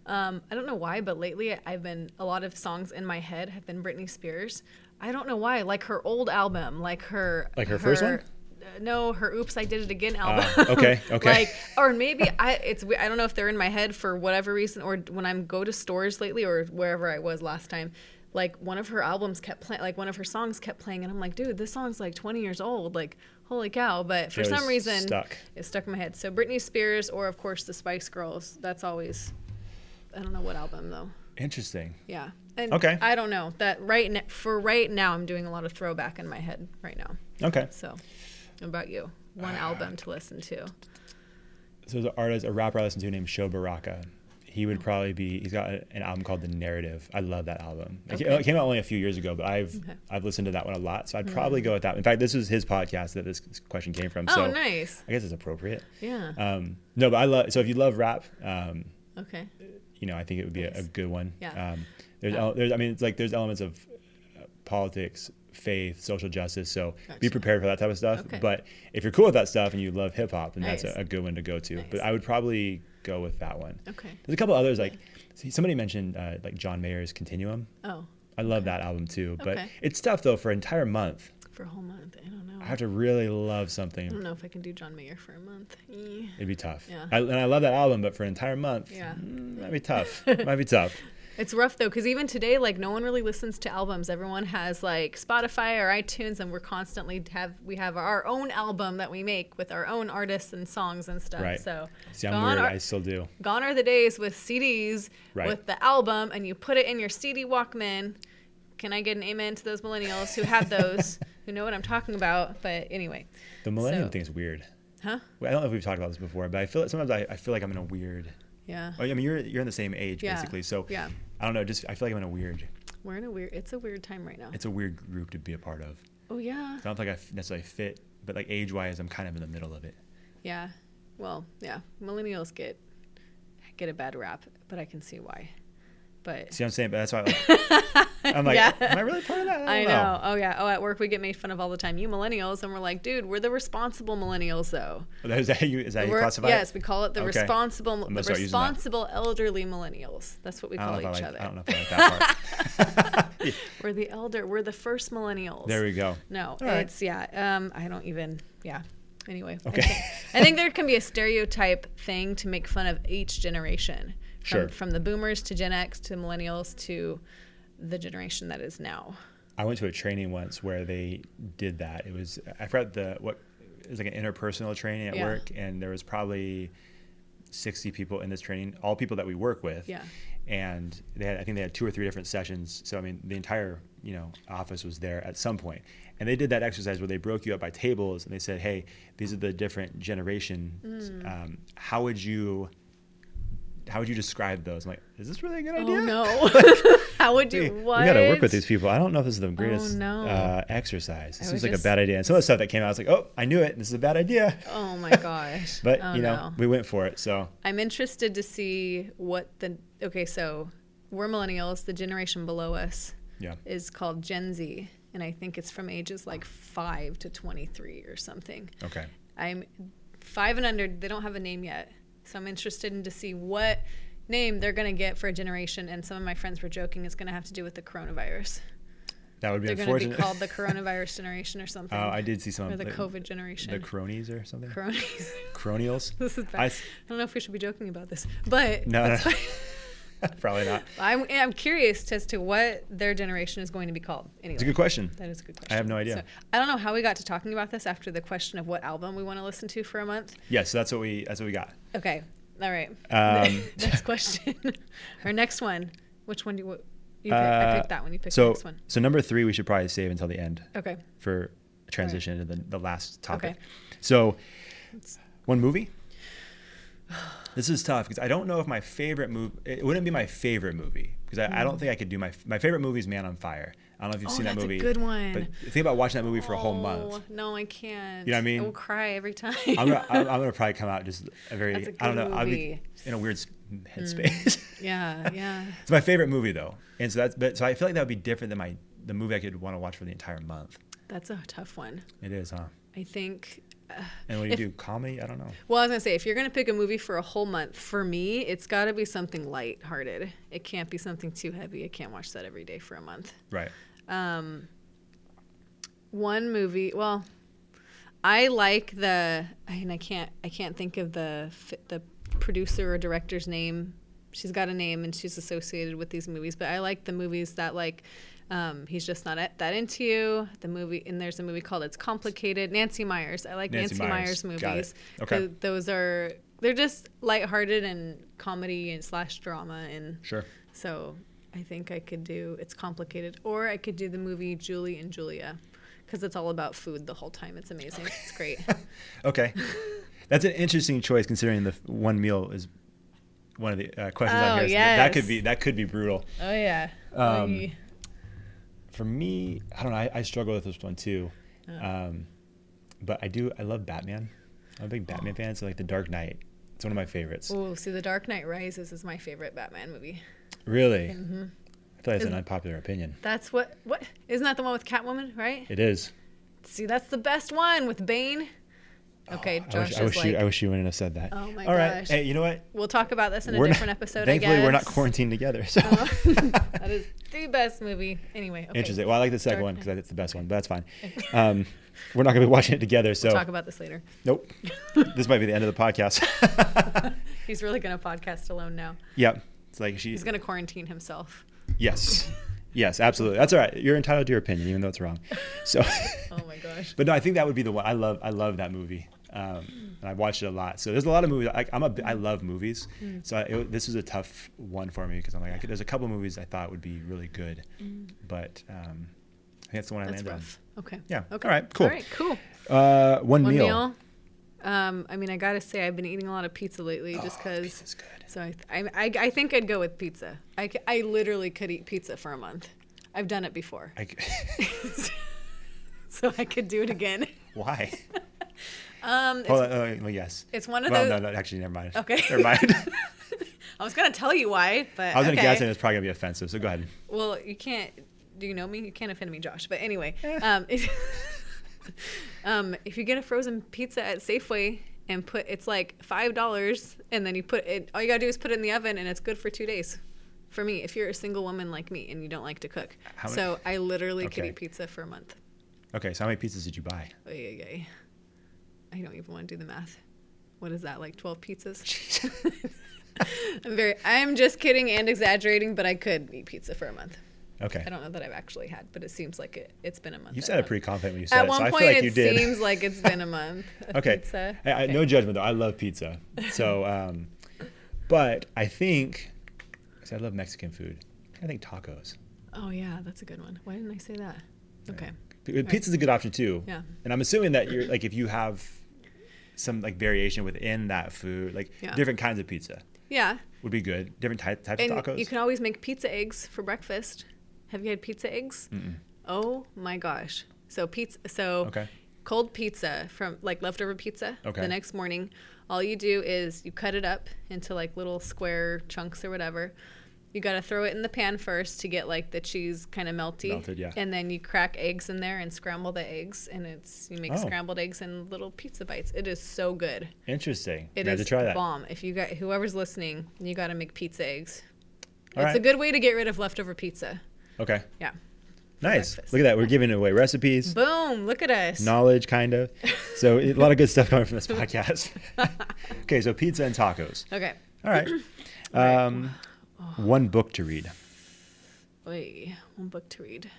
um, I don't know why, but lately I've been a lot of songs in my head have been Britney Spears. I don't know why, like her old album, like her,
Like her first one? Ah,
uh, No, her "Oops, I Did It Again" album.
okay, okay.
like, or maybe I it's we- I don't know if they're in my head for whatever reason, or when I'm go to stores lately, or wherever I was last time. Like one of her albums kept playing, like one of her songs kept playing, and I'm like, dude, this song's like 20 years old. Like, holy cow! But for
It
some
was
reason,
stuck.
it stuck in my head. So Britney Spears, or of course the Spice Girls. That's always. I don't know what album though.
Interesting.
Yeah. And
Okay.
I don't know that right now. For right now, I'm doing a lot of throwback in my head right now.
Okay,
So, what about you?
Uh,
One album to listen to.
so there's an artist, a rapper I listen to named Sho Baraka. He would probably be. He's got a- an album called The Narrative. I love that album. It ca-
Okay. Hmm.
It came out only a few years ago, but I've I've listened to that one a lot. So I'd probably go with that. In fact, this is his podcast that this question came from.
Oh,
so
nice.
I guess it's appropriate.
Yeah.
Um, no, but I love. So if you love rap, um,
okay.
you know, I think it would be a, a
Nice.
good one.
Yeah.
Um, there's,
Yeah.
el- there's, I mean, it's like there's elements of uh, politics, faith, social justice. So be
Gotcha.
prepared for that type of stuff.
Okay.
But if you're cool with that stuff and you love hip hop, then that's
Nice.
a, a good one to go to. But
Nice.
I would probably go with that one.
Okay.
There's a couple others like see, somebody mentioned uh, like John Mayer's Continuum.
Oh,
I love that album too. But
Okay.
it's tough though for an entire month.
for a whole month. I don't know.
I
I
have to really love something.
don't know if I can do John Mayer for a month. Eh.
It'd be tough.
Mm. Yeah.
I, and I love that album, but for an entire month,
Yeah.
mm, that'd be tough. might be tough.
It's rough though, because even today, like no one really listens to albums. Everyone has like Spotify or iTunes, and we're constantly have we have our own album that we make with our own artists and songs and stuff.
Right.
So
See, I'm
gone
weird.
are-
I still do.
Gone are the days with CDs,
Right.
with the album, and you put it in your CD Walkman. Can I get an amen to those millennials who have those, who know what I'm talking about? But anyway,
The millennium
So-
thing is weird.
huh?
Well, I don't know if we've talked about this before, but I feel like sometimes I, I feel like I'm in a weird.
Yeah,
I mean, you're you're in the same age
Yeah.
basically, so
Yeah.
I don't know. Just I feel like I'm in a weird.
we're in a weird. It's a weird time right now.
It's a weird group to be a part of.
oh yeah,
I don't think I f- necessarily fit, but like age wise, I'm kind of in the middle of it.
yeah. Well, yeah. Millennials get get a bad rap, but I can see why. But
See what I'm saying? But that's why like, I'm like,
Yeah.
am I really part of that?
I know. Oh yeah. Oh, at work we get made fun of all the time. You millennials, and we're like, dude, we're the responsible millennials though.
Is that how you, is that how you
We're-
classify
yes,
it?
we call it the
Okay.
responsible,
I'm
the
gonna start using that.
responsible elderly millennials. That's what we
I
call
don't, know
each
if I like,
other.
I don't know if I like that part.
We're the elder. We're the first millennials.
there we go.
No,
right.
it's yeah. Um, I don't even. Yeah, Anyway, I
Okay.
think- I, think there can be a stereotype thing to make fun of each generation. From,
Sure.
From the boomers to Gen X to millennials to the generation that is now.
I went to a training once where they did that. It was I forgot the what it was like an interpersonal training at
Yeah.
work, and there was probably sixty people in this training, all people that we work with.
Yeah.
And they had I think they had two or three different sessions. So I mean, the entire you know office was there at some point, and they did that exercise where they broke you up by tables and they said, "Hey, these are the different generations.
Mm.
Um, how would you?" How would you describe those? I'm like, is this really a good idea?
Oh no! How would you?
we
What? Oh,
got to work with these people. I don't know if this is the greatest
no.
uh, exercise. This
I
seems
would
like
just-
a bad idea. And some of the stuff that came out, I was like, oh, I knew it. This is a bad idea.
Oh my gosh!
But
Oh,
you know,
no.
we went for it. So
I'm interested to see what the okay. So we're millennials. The generation below us
yeah,
is called Gen Z, and I think it's from ages like five to 23 or something.
okay.
I'm five and under. They don't have a name yet, so I'm interested in to see what name they're gonna get for a generation. And some of my friends were joking it's gonna have to do with the coronavirus.
That would be
They're gonna be
unfortunate.
called the coronavirus generation or something.
Uh, I did see some
or the
like,
COVID generation.
the cronies or something.
Cronies.
Cronials.
this is bad.
I
I,
s-
don't know if we should be joking about this, but
No,
that's
no.
fine.
Probably not.
I'm, I'm curious as to what their generation is going to be called. Anyway,
It's a good question.
That is a good question.
I have no idea.
So, I don't know how we got to talking about this after the question of what album we want to listen to for a month.
Yeah, so that's what we that's what we got.
Okay, all right.
Um,
next question. Our next one. Which one do you? wa- you pick, I
Uh,
picked that one. You picked
so
the next one.
so number three, we should probably save until the end.
Okay.
for transition to the, the last topic.
Okay.
So, one movie. This is tough because I don't know if my favorite movie. It wouldn't be my favorite movie because I, I don't think I could do my my favorite movie is Man on Fire. I don't know if you've
Hmm. Oh,
seen that
that's a
movie.
good one.
But think about watching that movie for a whole month.
Oh, No, I can't.
You know what I mean?
I will cry every time.
I'm gonna, I'm, I'm gonna probably come out just a very
That's a
I don't know
good
I'll be
movie. Hmm.
in a weird s- headspace.
yeah, yeah.
it's my favorite movie though, and so that's but so I feel like that would be different than my the movie I could want to watch for the entire month.
That's a tough one.
It is, huh?
I think. Uh,
And what do you
If-
do? Comedy? I don't know.
well, I was gonna say if you're gonna pick a movie for a whole month, for me, it's got to be something light-hearted. It can't be something too heavy. I can't watch that every day for a month.
Right.
One movie. Well, I like the. I mean, I can't. I can't think of the fi- the producer or director's name. She's got a name and she's associated with these movies. But I like the movies that like. Um, he's just not at, that into you. The movie and there's a movie called It's Complicated. Nancy Myers. I like
Nancy
Nancy,
Meyers.
Myers,
Got it.
movies.
Okay.
Th- those are they're just lighthearted and comedy and slash drama and
Sure.
so I think I could do it's complicated, or I could do the movie Julie and Julia because it's all about food the whole time. It's amazing. It's great.
Okay, that's an interesting choice considering the f- one meal is one of the uh, questions
Oh,
on here. So that- That
yes.
could be that could be brutal
oh yeah.
Um, for me. I don't know. I, I struggle with this one too,
Oh.
um, but I do. I love Batman. I'm a big Batman fan. So like the Dark Knight, it's one of my favorites.
oh, see, The Dark Knight Rises is my favorite Batman movie.
Really, I feel like it's an
Mm-hmm. Is-
unpopular opinion.
That's what what isn't that the one with Catwoman, right?
It is.
See, that's the best one with Bane. Okay,
Oh, I
Josh
wish, I
is
wish
like,
you. I wish you wouldn't have said that.
Oh my
All right.
gosh.
Hey, you know what?
we'll talk about this in a different
not,
episode.
Thankfully,
I guess. Uh-huh.
we're not quarantined together. So.
that is the best movie. Anyway, okay.
Interesting. Well, I like the second
Dark
one because
Knight.
it's the best one, but that's fine. Um, we're not going to be watching it together, so
We'll talk about this later.
nope. this might be the end of the podcast.
He's really gonna podcast alone now.
yep. It's like she.
He's gonna quarantine himself.
yes. Yes, absolutely. That's all right. You're entitled to your opinion, even though it's wrong. So,
Oh my gosh.
but no, I think that would be the one. I love. I love that movie, um, and I've watched it a lot. So there's a lot of movies. I, I'm a. I love movies.
Mm.
So I, it, this was a tough one for me because I'm like, I could, there's a couple movies I thought would be really good, but um, I think that's the one I
Mm. That's
landed
rough. Okay.
Yeah.
Okay.
All right. Cool.
All right. Cool.
on. Uh, one,
One meal. Um, I mean, I gotta say, I've been eating a lot of pizza lately, just
Oh,
because.
pizza's good.
So I, th- I, I, I think I'd go with pizza. I, c- I literally could eat pizza for a month. I've done it before,
I,
so I could do it again.
why?
Um,
Well, uh, well, yes.
it's one of
well,
those-
no, no, actually, never mind.
Okay.
Never mind.
I was gonna tell you why, but
I was going to
okay.
guess, and it's probably going to be offensive. So go ahead.
Well, you can't. Do you know me? You can't offend me, Josh. But anyway, um, if, um, if you get a frozen pizza at Safeway and put it's like five dollars, and then you put it. All you gotta do is put it in the oven, and it's good for two days. For me, if you're a single woman like me and you don't like to cook,
How many-
so I literally could
Okay.
eat pizza for a month.
Okay, so how many pizzas did you buy?
Oy, oy, oy. I don't even want to do the math. What is that, like 12 pizzas? I'm very, I'm just kidding and exaggerating, but I could eat pizza for a month.
Okay.
I don't know that I've actually had, but it seems like it, it's been a month.
You
at
said it
one-
pretty confident when you said
At
it,
one
so I
point,
feel like you
it
did.
seems like it's been a month. of
okay.
Pizza.
I- I- No judgment though. I love pizza. So, um, but I think I said I love Mexican food. I think tacos.
Oh, yeah, that's a good one. Why didn't I say that? Okay.
P- Pizza's a good option too.
Yeah.
And I'm assuming that you're like if you have some like variation within that food, like
Yeah.
different kinds of pizza
Yeah.
would be good. Different type, types
And
of tacos.
you can always make pizza eggs for breakfast. Have you had pizza eggs? Oh my gosh! So pizza, so
Okay.
cold pizza from like leftover pizza.
Okay.
The next morning, all you do is you cut it up into like little square chunks or whatever. You got to throw it in the pan first to get like the cheese kind of melty.
Melted, yeah.
And then you crack eggs in there and scramble the eggs, and it's you make
Oh.
scrambled eggs and little pizza bites. It is so good.
Interesting.
It is
I have to try that.
bomb. If you got whoever's listening, you got to make pizza eggs.
All
it's a
right.
good way to get rid of leftover pizza.
Okay.
Yeah.
Nice.
breakfast.
Look at that. We're giving away recipes,
Boom! Look at us.
knowledge, kind of. So a lot of good stuff coming from this podcast. okay, so pizza and tacos.
Okay.
All right. Um,
Oh.
one book to read.
Wait, one book to read.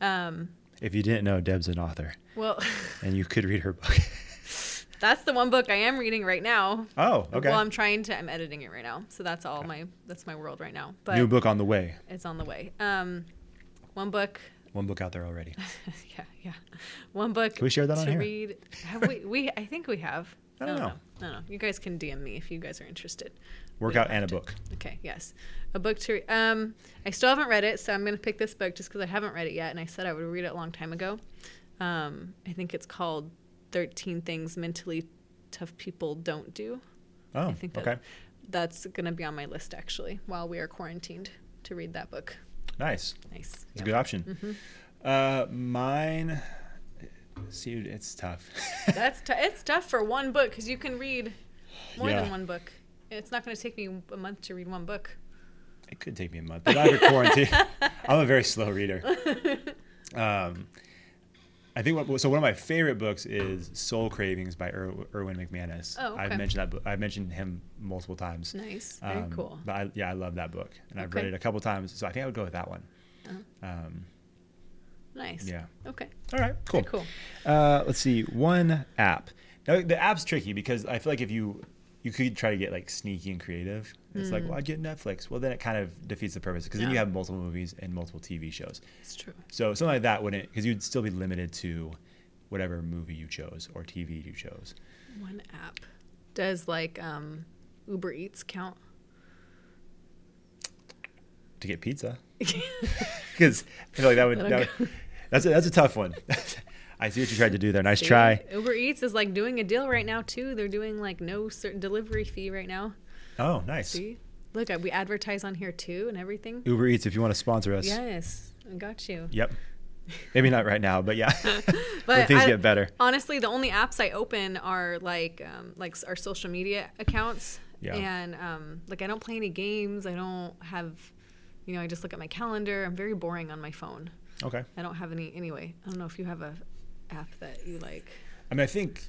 Um,
If you didn't know, Deb's an author,
Well,
and you could read her book.
that's the one book I am reading right now.
oh, okay.
Well, I'm trying to. I'm editing it right now, so that's all my that's my world right now. But
New book on the way.
it's on the way. Um, one book.
One book out there already.
Yeah, yeah. One book.
Can we share that on
to
here?
read? Have we? We I think we have.
I don't know.
No, no. You guys can DM me if you guys are interested.
Workout and a book.
Okay, yes. A book to read. Um, I still haven't read it, so I'm going to pick this book just because I haven't read it yet, and I said I would read it a long time ago. Um, I think it's called 13 Things Mentally Tough People Don't Do.
Oh,
I think that,
okay.
that's going to be on my list, actually, while we are quarantined to read that book.
Nice.
Nice.
It's a good
Mm-hmm.
option. Uh, mine. See, it's tough.
That's t- it's tough for one book because you can read more
Yeah.
than one book. It's not going to take me a month to read one book.
It could take me a month, but after quarantine, I'm a very slow reader. Um, I think what, so. One of my favorite books is Soul Cravings by Ir- Irwin McManus.
Oh, okay.
I've mentioned that book. I've mentioned him multiple times.
Nice. Very
Um,
cool.
But I, yeah, I love that book, and I've read
Okay.
it a couple times. So I think I would go with that one.
Nice.
yeah.
Okay.
All right, cool.
Cool.
Uh, let's see, one app. Now the app's tricky because I feel like if you you could try to get like sneaky and creative, it's like, well, I'd get Netflix. Well, then it kind of defeats the purpose because then you
Hmm. Yeah.
have multiple movies and multiple TV shows.
It's true.
So something like that wouldn't because you'd still be limited to whatever movie you chose or TV you chose.
One app. Does like um, Uber Eats count?
to get pizza because I feel like that would, that would that's a, that's a tough one. I see what you tried to do there. Nice try.
Uber Eats is like doing a deal right now too. They're doing like no certain delivery fee right now.
Oh, nice.
See, look, I- we advertise on here too and everything.
Uber Eats, if you want to sponsor us.
Yes, I got you.
Yep. Maybe not right now, but yeah,
But
when things
I-
get better.
Honestly, the only apps I open are like um, like s- our social media accounts.
Yeah.
And um, like I don't play any games. I don't have, you know, I just look at my calendar. I'm very boring on my phone.
Okay.
I don't have any anyway. I don't know if you have a app that you like.
I mean, I think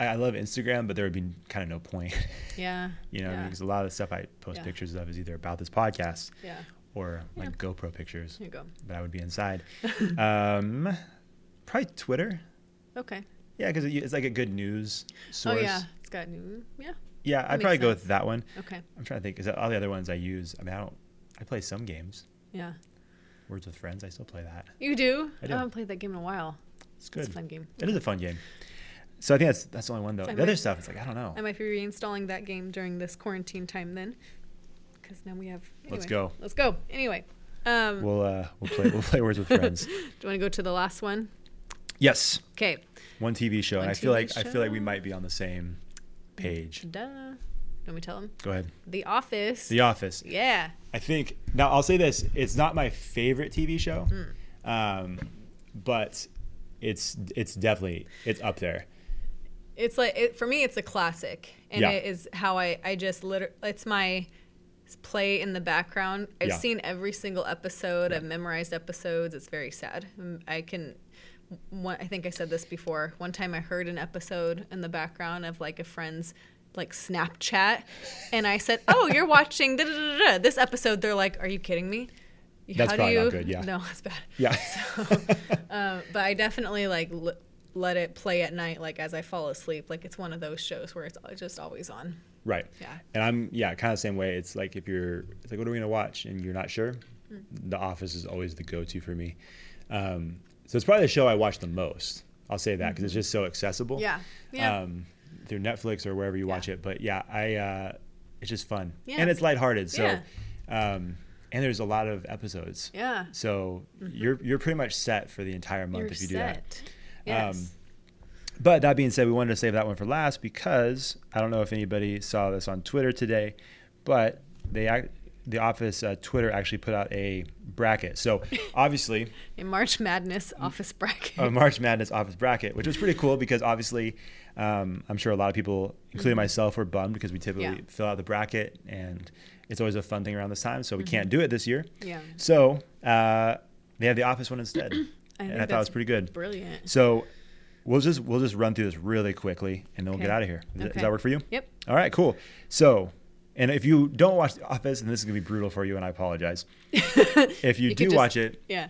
I, I love Instagram, but there would be kind of no point,
Yeah.
you know,
yeah.
because a lot of the stuff I post
Yeah.
pictures of is either about this podcast
Yeah.
or like GoPro pictures,
There you go.
but I would be inside. um, probably Twitter.
Okay.
Yeah, because it, it's like a good news source.
Oh yeah, it's got new. Yeah.
Yeah, I'd
makes
probably go with
sense.
that one.
Okay.
I'm trying to think because all the other ones I use. I mean, I don't. I play some games.
Yeah.
Words with Friends. I still play that.
You do.
I do.
haven't played that game in a while.
It's good.
It's a fun game.
It is a fun game. So I think that's that's the only one though.
I
the other
might-
stuff, it's like I don't know.
I might be reinstalling that game during this quarantine time then, because now we have.
Let's
anyway.
go.
Let's go. Anyway, um,
We'll uh we'll play we'll play Words with Friends.
do you want to go to the last one?
Yes,
Okay.
one TV show, and
One
I feel
TV
like I feel like we
show. Mm.
might be on the same page.
Duh. Don't we tell them?
Go ahead.
The Office.
The Office.
yeah.
I think now I'll say this: it's not my favorite TV show,
Mm.
um, but it's it's definitely it's up there.
It's like it, for me, it's a classic, and
Yeah.
it is how I I just liter- it's my play in the background. I've
Yeah.
seen every single episode. I've memorized episodes. It's very sad. Mm, Um, I can one, I think I said this before. One time I heard an episode in the background of like a friend's like Snapchat, and I said, "Oh, you're watching da, da, da, da, da. this episode." They're like, "Are you kidding me?"
That's probably not good, yeah.
No, it's bad.
Yeah.
But I definitely like l- let it play at night, like as I fall asleep. Like it's one of those shows where it's just always on.
Right.
Yeah.
And I'm yeah, kind of the same way. It's like if you're it's like what are we gonna watch and you're not sure,
Hmm.
The Office is always the go-to for me. Um, so it's probably the show I watch the most. I'll say that because it's just so accessible.
Mm-hmm. Yeah. Yeah.
Um, through Netflix or wherever you watch it, but yeah, I uh, it's just fun
Yeah.
and it's lighthearted. So, um, and there's a lot of episodes.
Yeah. Mm-hmm.
So you're you're pretty much set for the entire month
You're
if you do that. Um,
set. Yes.
But that being said, we wanted to save that one for last because I don't know if anybody saw this on Twitter today, but they ac- the office uh, Twitter actually put out a bracket. So obviously
In March Madness office bracket.
a March Madness office bracket, which was pretty cool because obviously um, I'm sure a lot of people, including myself, were bummed because we typically
Mm-hmm. Yeah.
fill out the bracket and it's always a fun thing around this time. So we can't do it this year.
Mm-hmm. Yeah.
So uh, they had the office one instead, and I thought it was
that's
pretty good.
Brilliant.
So we'll just we'll just run through this really quickly, and then we'll get
Okay.
out of here. Does, that- does
Okay.
that work for you?
Yep.
All right, cool. So, and if you don't watch The Office, and this is gonna be brutal for you, and I apologize. if you,
You
do
could just-
watch it,
Yeah.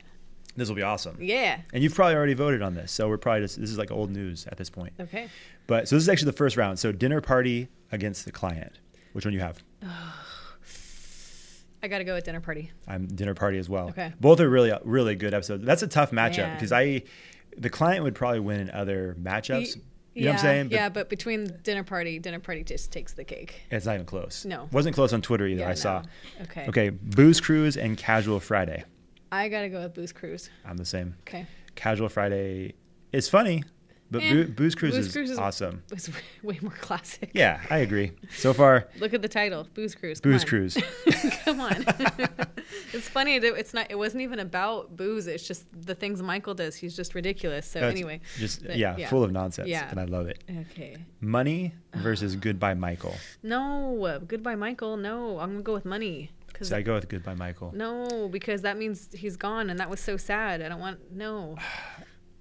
this will be awesome.
Yeah.
And you've probably already voted on this, so we're probably just this is like old news at this point.
Okay.
But so this is actually the first round. So dinner party against the client. Which one you have?
I gotta go at dinner party.
I'm dinner party as well.
Okay.
Both are really really good episodes. That's a tough matchup
Man.
because I, the client would probably win in other matchups.
Y-
You know what I'm saying? But
yeah, but between dinner party, dinner party just takes the cake.
It's not even close.
No.
Wasn't close on Twitter either.
Yeah,
I saw.
no. Okay.
Okay. Booze Cruise and Casual Friday.
I gotta go with Booze Cruise.
I'm the same.
Okay.
Casual Friday is funny, but
Eh,
Boo- Booze Cruise
Booze
is
Cruise is-
awesome.
It's way more classic.
Yeah, I agree. So far,
Look at the title, Booze Cruise. come
Booze
on.
Cruise.
Come on. it's funny. that It's not. It wasn't even about booze. It's just the things Michael does. He's just ridiculous. So
That's
anyway.
just
but
yeah, full of nonsense,
Yeah.
and I love it.
Okay.
Money versus Goodbye Michael.
No. uh, Goodbye, Michael. No. I'm gonna go with money. Cause
So I go with Goodbye Michael.
no, because that means he's gone, and that was so sad. I don't want no.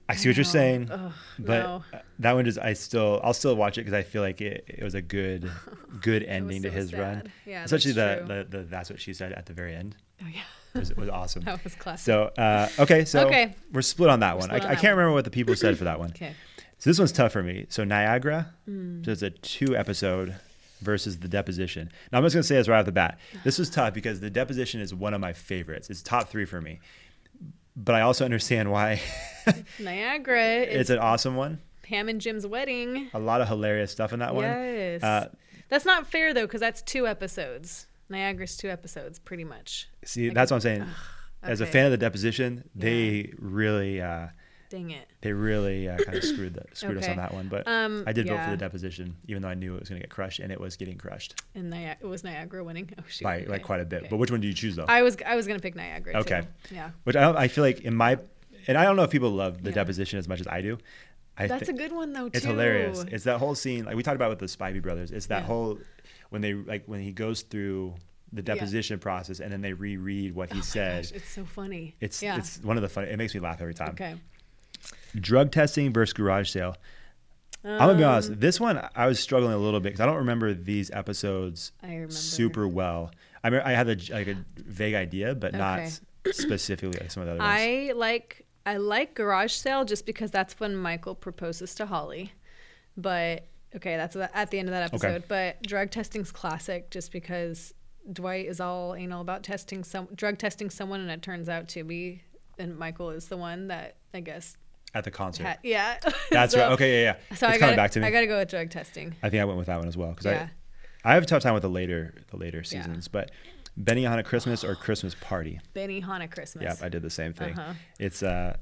I see what you're saying, but
no.
uh, that one just I still I'll still watch it because I feel like it, it was a good good ending to
so
his run.
sad. Yeah,
especially
that's
the, the the that's what she said at the very end.
Oh yeah.
was, was awesome.
That was classic.
So uh, okay, so
Okay.
we're split on that one.
split
I,
on
I
that
can't remember what the people said for that one.
Okay. Mm.
So this one's tough for me. So Niagara, so it's a two episode versus the deposition. Now I'm just gonna say this right off the bat. This was tough because the deposition is one of my favorites. It's top three for me. But I also understand why
Niagara. It's,
it's an awesome one.
Pam and Jim's wedding.
A lot of hilarious stuff in that one.
Yes.
Uh,
that's not fair though, because that's two episodes. Niagara's two episodes, pretty much.
see, that's what I'm saying. As a
okay.
fan of the deposition, they really uh,
Dang it.
they really uh, kind of screwed the, screwed us on
Okay.
that one. But
Um,
I did vote for
yeah.
the deposition, even though I knew it was going to get crushed, and it was getting crushed
And Niagara, it was Niagara winning. Oh shoot.
by
Okay.
like quite a bit.
Okay.
But which one do you choose though?
I was I was gonna pick Niagara.
okay,
Too. Yeah.
Which I don't, I feel like in my and I don't know if people love the
Yeah.
deposition as much as I do. I
That's a
thi-
good one though. Too.
It's hilarious. It's that whole scene like we talked about with the Spivey brothers. It's that
Yeah.
whole when they like when he goes through the deposition process and then they reread what he said.
Oh Gosh, it's so funny.
It's
yeah.
it's one of the fun. It makes me laugh every time.
okay.
Drug testing versus garage sale. I'm gonna be
Um,
honest. This one I was struggling a little bit because I don't remember these episodes
I remember.
super well. I mean, I had a, like a vague idea, but not
Okay.
specifically like some of the other ones.
I like I like garage sale just because that's when Michael proposes to Holly. But okay, that's what- at the end of that
Okay.
episode. But drug testing's classic just because Dwight is all anal about testing some drug testing someone and it turns out to be and Michael is the one that I guess
at the concert.
had, yeah.
That's
So-
right. Okay, yeah, yeah.
So
it's
I
coming
gotta,
back to me.
I gotta go with drug testing.
I think I went with that one as well because
Yeah.
I, I have a tough time with the later, the later seasons. But Benihana Christmas or Christmas Party.
Benny Hanna Christmas.
Yep, I did the same thing.
Uh-huh.
It's uh,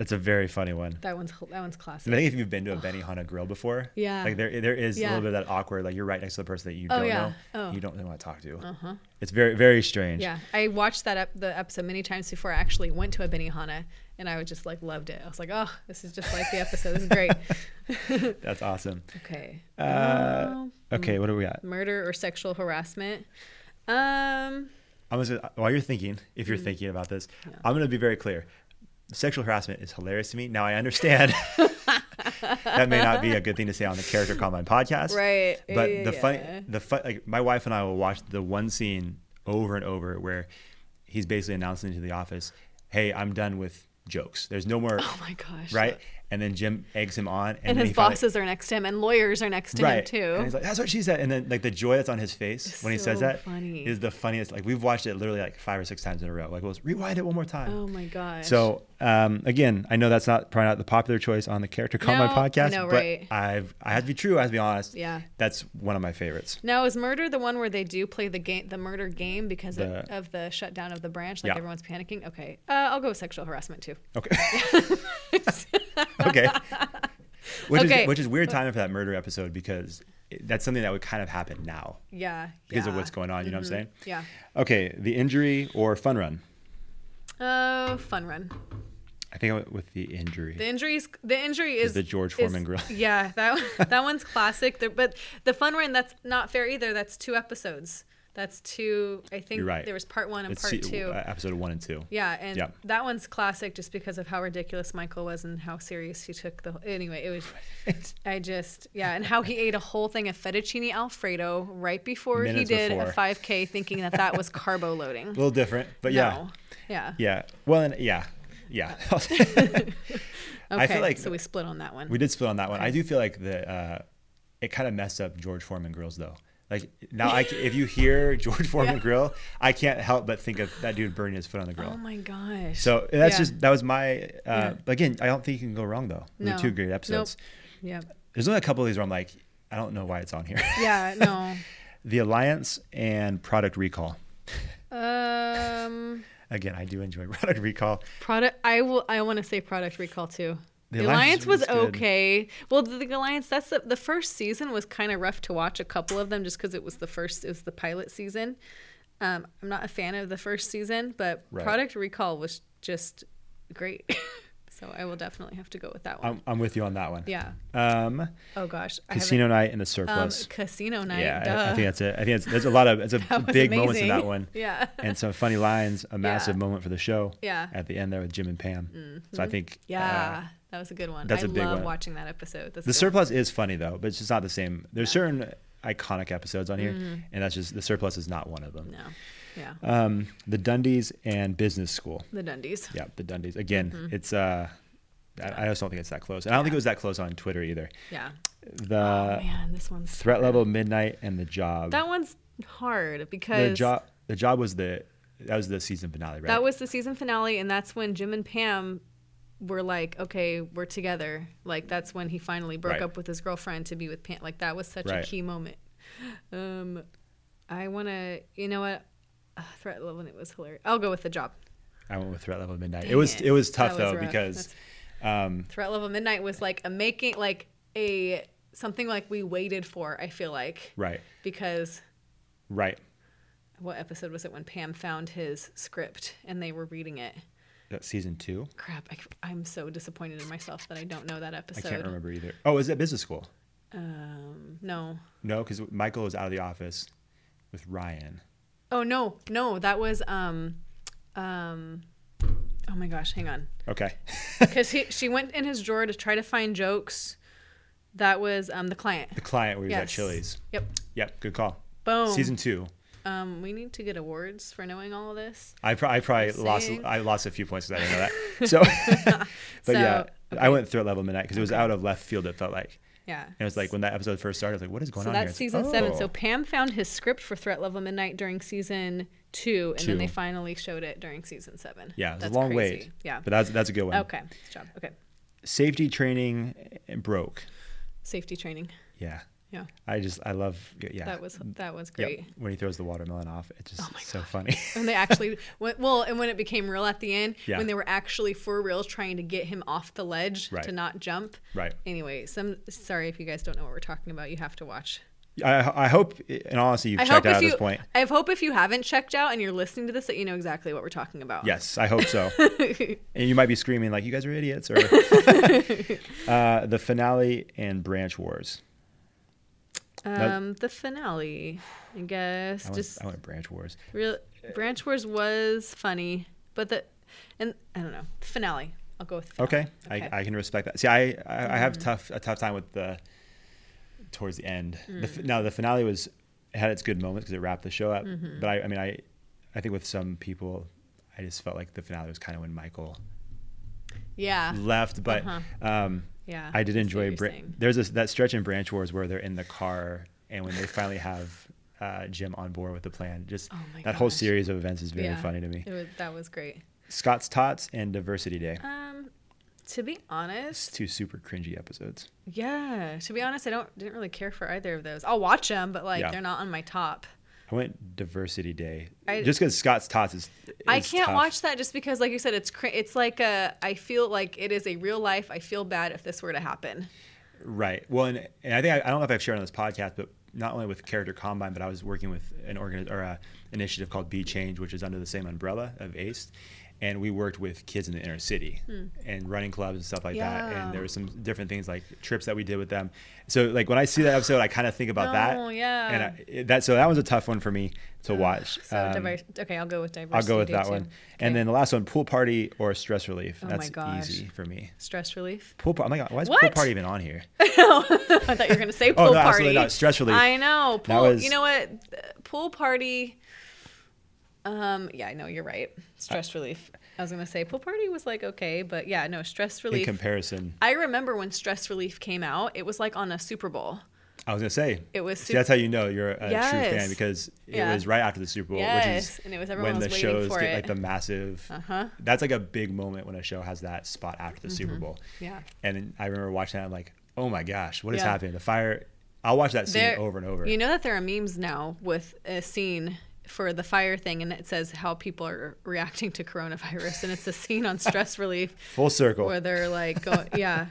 it's a very funny one.
that one's that one's
And I
classic.
think if you've been to a Benihana grill before,
Yeah.
like there there is a
Yeah.
little bit of that awkward, like you're right next to the person that you
Oh,
don't
yeah.
know,
Oh.
you don't really want to talk to. Uh-huh. It's very very strange.
Yeah, I watched that up the episode many times before I actually went to a Benihana, and I was just like loved it. I was like, oh, this is just like the episode. This is great.
That's awesome.
Okay,
Uh,
Mm.
okay, what do we got?
murder or sexual harassment. Um, Mm-hmm.
I'm gonna, while you're thinking, if you're thinking about this, I'm going to be very clear. sexual harassment is hilarious to me. Now I understand that may not be a good thing to say on the character combine podcast,
Right.
But
Yeah,
the
yeah,
funny,
yeah.
the fun, like my wife and I will watch the one scene over and over where he's basically announcing to the office, "Hey, I'm done with jokes. There's no more."
Oh my gosh.
Right, and then Jim eggs him on, and,
And
then
his
he finally-
bosses are next to him, and lawyers are next to him too.
and he's like, that's what she said. And then like the joy that's on his face when he says
so
that is
funny.
the funniest. Like we've watched it literally like five or six times in a row. Like we'll just rewind it one more time.
oh my gosh.
So um, again, I know that's not probably not the popular choice on the character call my
No, I
podcast,
know,
but
right.
I've I have to be true. I have to be honest.
Yeah.
that's one of my favorites.
now is murder the one where they do play the game, the murder game, because of,
The-
of the shutdown of the branch? Like
Yeah.
everyone's panicking. Okay, uh, I'll go with sexual harassment too.
Okay. okay. Which
Okay.
is which is weird timing for that murder episode because it- that's something that would kind of happen now
Yeah.
because
yeah. Mm-hmm.
of what's going on. You know what I'm saying?
Yeah.
Okay, the injury or fun run.
Oh, fun run.
I think I went with the injury.
The injuries. The injury is
the George Foreman grill.
Yeah, that one- that one's classic. There, but the fun run that's not fair either. That's two episodes. That's two. I think
You're right.
there was part one and
It's
part
se-
two.
uh, episode one and two.
yeah, and
yeah.
that one's classic just because of how ridiculous Michael was and how serious he took the. Anyway, it was. I just yeah, and how he ate a whole thing of fettuccine alfredo right before he
Minutes
did a
before.
5K, thinking that that was carbo loading.
A little different, but yeah,
No. Yeah.
yeah. Well, and yeah, yeah.
Okay.
I feel like
so we
we,
split on that one.
did split on that one. I do feel like the uh, it kind of messed up George Foreman grills though. Like now, I, c- if you hear George Foreman
Yeah.
grill, I can't help but think of that dude burning his foot on the grill.
Oh my gosh.
so that's
Yeah.
just that was my uh,
Yeah.
again. I don't think you can go wrong though. Those are two great episodes.
Nope. Yeah.
There's only a couple of these where I'm like, I don't know why it's on here.
Yeah, no.
the Alliance and Product Recall.
Um,
Again, I do enjoy Product Recall.
product. I will. I want to say product recall too. The,
The
alliance,
Alliance
was,
was good.
okay. Well, the, the alliance. That's the, the first season was kind of rough to watch. A couple of them just because it was the first. It was the pilot season. Um, I'm not a fan of the first season, but
Right.
product recall was just great. so I will definitely have to go with that one.
I'm, I'm with you on that one.
yeah.
Um,
Oh gosh. I haven't-
Casino Night and the
Um,
Surplus.
casino night.
yeah,
duh.
I, I think that's it. I think that's, there's a lot of it's a
That was
big moments in that
amazing.
one.
Yeah.
and some funny lines. A massive moment for the show.
Yeah. Mm-hmm.
At the end there with Jim and Pam. So I think.
yeah,
uh,
that was a good one.
that's
I
a big
love
one.
watching that episode. That's
the
good.
Surplus is funny though, but it's just not the same. There's certain iconic episodes on here, and that's just the Surplus is not one of them.
Mm-hmm. No. Yeah.
Um, the Dundies and Business School.
the Dundies.
Yeah, the Dundies. Again,
Mm-hmm.
it's uh, I, I just don't think it's that close, and I don't think it was that close on Twitter either.
Yeah.
The
Oh, Man, this one's
Threat Level Midnight and the Job.
That one's hard
the
because
job the job was the that was the season finale right
that was the season finale, and that's when Jim and Pam were like, "Okay, we're together." Like that's when he finally broke
Right.
up with his girlfriend to be with Pam. Like that was such
Right.
a key moment. Um, I want to, you know what? Uh, threat level, it was hilarious. I'll go with the job.
i went with threat level midnight it
Dang
was
it.
it, was tough
That was
though
rough.
because um,
That's- Threat level midnight was like a making, like a something like we waited for. I feel like
right
because
right
what episode was it when Pam found his script and they were reading it?
that season two
Crap, I, am so disappointed in myself that I don't know that
i
episode.
can't remember either oh was it business school
Um, no.
no because michael was out of the office with ryan
Oh no, no, that was um, um, oh my gosh, hang on,
okay
because he she went in his drawer to try to find jokes. That was um the client.
the client where he was
Yes.
at chili's
Yep.
yep good call
Boom.
season two
Um, we need to get awards for knowing all of this.
I, pro- I probably
Just
lost
saying.
I lost a few points because I didn't know that. So, but
So,
yeah, I went through it level midnight because it was out of left field. It felt like,
Yeah.
and it was like when that episode first started, I was like, what is going
So
on here?
that's
It's-
season seven.
oh.
So Pam found his script for Threat Level Midnight during season two, and then
Two.
they finally showed it during season seven.
Yeah, it's a
That's
long
crazy.
wait.
Yeah.
but um, that's that's a good one.
okay. Good job. Okay.
Safety training and broke.
Safety training.
Yeah,
Yeah.
I just I love yeah.
That was that was
Mm. Yep.
great. Oh
when he throws the watermelon off. It's just so funny.
When they actually went, well, and when it became real at the end,
Yeah.
when they were actually for real trying to get him off the ledge
Right.
to not jump.
Right.
Anyway, some sorry if you guys don't know what we're talking about, you have to watch.
I, I hope, in all honesty, you've
I
checked
hope
out
if
at
you,
this point.
I hope if you haven't checked out and you're listening to this, that you know exactly what we're talking about.
Yes, I hope so. and you might be screaming like, "You guys are idiots!" Or uh, the finale and Branch Wars. That-
Um, the finale, I guess.
I, went,
just
I went Branch Wars.
real Branch Wars was funny, but the and I don't know finale. I'll go with finale.
Okay, I, I can respect that. See, I I, I
Mm.
have tough a tough time with the towards the end.
Mm.
The f now the finale was had its good moments because it wrapped the show up.
Mm-hmm.
But I, I mean I I think with some people I just felt like the finale was kind of when Michael
yeah,
left. But um,
Yeah,
I did
Uh-huh. I see what
enjoy.
you're
Bra-
saying.
There's this, that stretch in Branch Wars where they're in the car and when they finally have uh, Jim on board with the plan. Just
Oh my
that whole
gosh.
series of events is very
yeah.
funny to me.
It was, that was great. Um,
Scott's Tots and Diversity Day.
To be honest,
two super cringy episodes.
yeah. To be honest, I don't didn't really care for either of those. I'll watch them, but like
Yeah.
they're not on my top.
I went Diversity Day
I-
just because Scott's Tots is.
I
is
can't
tough.
watch that just because, like you said, it's cr- it's like a. I feel like it is a real life. I feel bad if this were to happen.
Right. Well, and, and I think I, I don't know if I've shared on this podcast, but not only with Character Combine, but I was working with an organ or a initiative called Be Change, which is under the same umbrella of ACE, and we worked with kids in the inner city and running clubs and stuff like that.
Hmm. Yeah.
And there were some different things like trips that we did with them. So like when I see that episode, I kind of think about
No,
that.
yeah.
And I, it- that so that was a tough one for me to watch.
So
Um,
diver- okay, I'll go with diversity.
I'll go with
day
that
too.
one.
Okay. Oh
And then the last one, pool party or stress relief.
my
That's
gosh.
easy for me.
stress relief.
Pool party. Oh my god, why is pool
What?
party even on here?
I thought you were gonna say pool
Oh, no,
party.
absolutely not. Stress relief.
I know.
That
Pool.
was-
You know what? Pool party. Um. Yeah, I know you're right. Stress relief. I was gonna say pool party was like okay, but yeah, no stress
In
relief.
comparison,
I remember when stress relief came out. It was like on a Super Bowl.
I was gonna say
It was
See, that's how you know you're a true fan
Yes.
because it
Yeah.
was right after the Super Bowl,
Yes,
which is
and it was- everyone
when the
was waiting
shows
for
get
it.
like the massive.
Uh-huh. Mm-hmm.
That's like a big moment when a show has that spot after the Super Bowl.
Yeah.
And then I remember watching that. I'm like, oh my gosh, what is
Yeah.
happening? The fire. I'll watch that scene
There-
over and over.
You know that there are memes now with a scene for the fire thing, and it says how people are reacting to coronavirus, and it's a scene on stress relief
Full circle.
where they're like, going, yeah,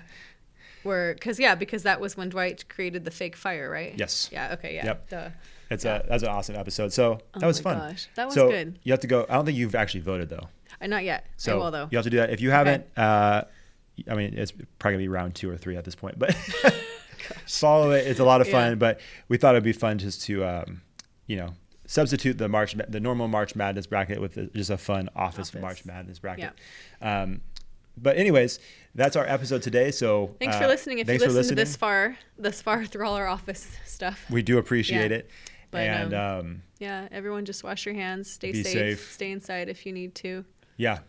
where because yeah, because that was when Dwight created the fake fire, right?
Yes.
Yeah. Okay. Yeah.
Yep.
Duh.
It's a that's an awesome episode. So that was
Oh my
fun.
gosh. That was
so
good.
You have to go. I don't think you've actually voted though.
Uh, not yet.
So
I will though.
you have to do that. If you haven't, uh, I mean, it's probably gonna be round two or three at this point, but follow it. It's a lot of fun,
Yeah.
but we thought it'd be fun just to, um, you know, substitute the March, Ma- the normal March Madness bracket with the- just a fun office,
Office.
March Madness bracket. Um, but anyways, that's our episode today. So
Thanks
uh,
for listening. If you
thanks for
listened to this
listening.
far, this far through all our office stuff,
we do appreciate
Yeah.
it.
But,
and
um,
um,
yeah, everyone just wash your hands, stay
Be
safe,
safe.
stay inside if you need to,
yeah,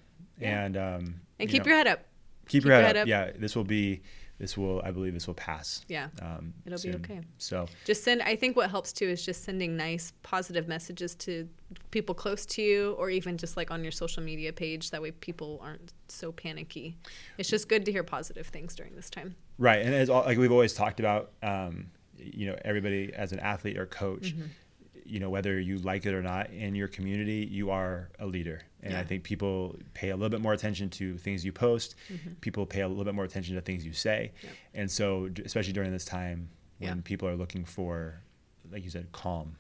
and um,
and
you
keep
know,
your head up.
keep, your head, up. Yeah, this will be, this will, I believe, this will pass.
Yeah.
um,
It'll be okay.
So
just send i think what helps too is just sending nice positive messages to people close to you or even just like on your social media page that way people aren't so panicky it's just good to hear positive things during this time
right, and as all, like we've always talked about, um, you know, everybody as an athlete or coach,
Mm-hmm.
you know, whether you like it or not, in your community, you are a leader, and I
Yeah.
think people pay a little bit more attention to things you post.
Mm-hmm.
People pay a little bit more attention to things you say, and so d- especially during this time when
Yeah. Mm-hmm.
people are looking for, like you said, calm,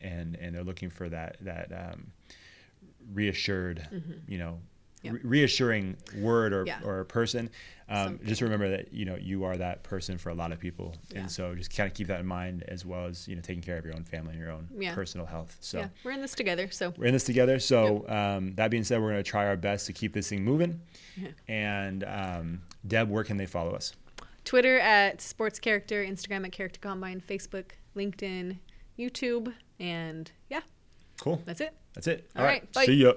and and they're looking for that that. Um, reassured, you know,
Yeah.
re- reassuring word or,
Mm-hmm. Yeah.
or person. Um, just remember that, you know, you are that person for a lot of people.
Yeah.
And so just kind of keep that in mind as well as, you know, taking care of your own family and your own
Yeah.
personal health. So
yeah we're in this together so
we're in this together. So um, that being said, we're going to try our best to keep this thing moving. And um, Deb, where can they follow us?
twitter at sports character instagram at character combine facebook linkedin youtube and yeah
Cool.
that's it
That's it.
All right. Bye.
See ya.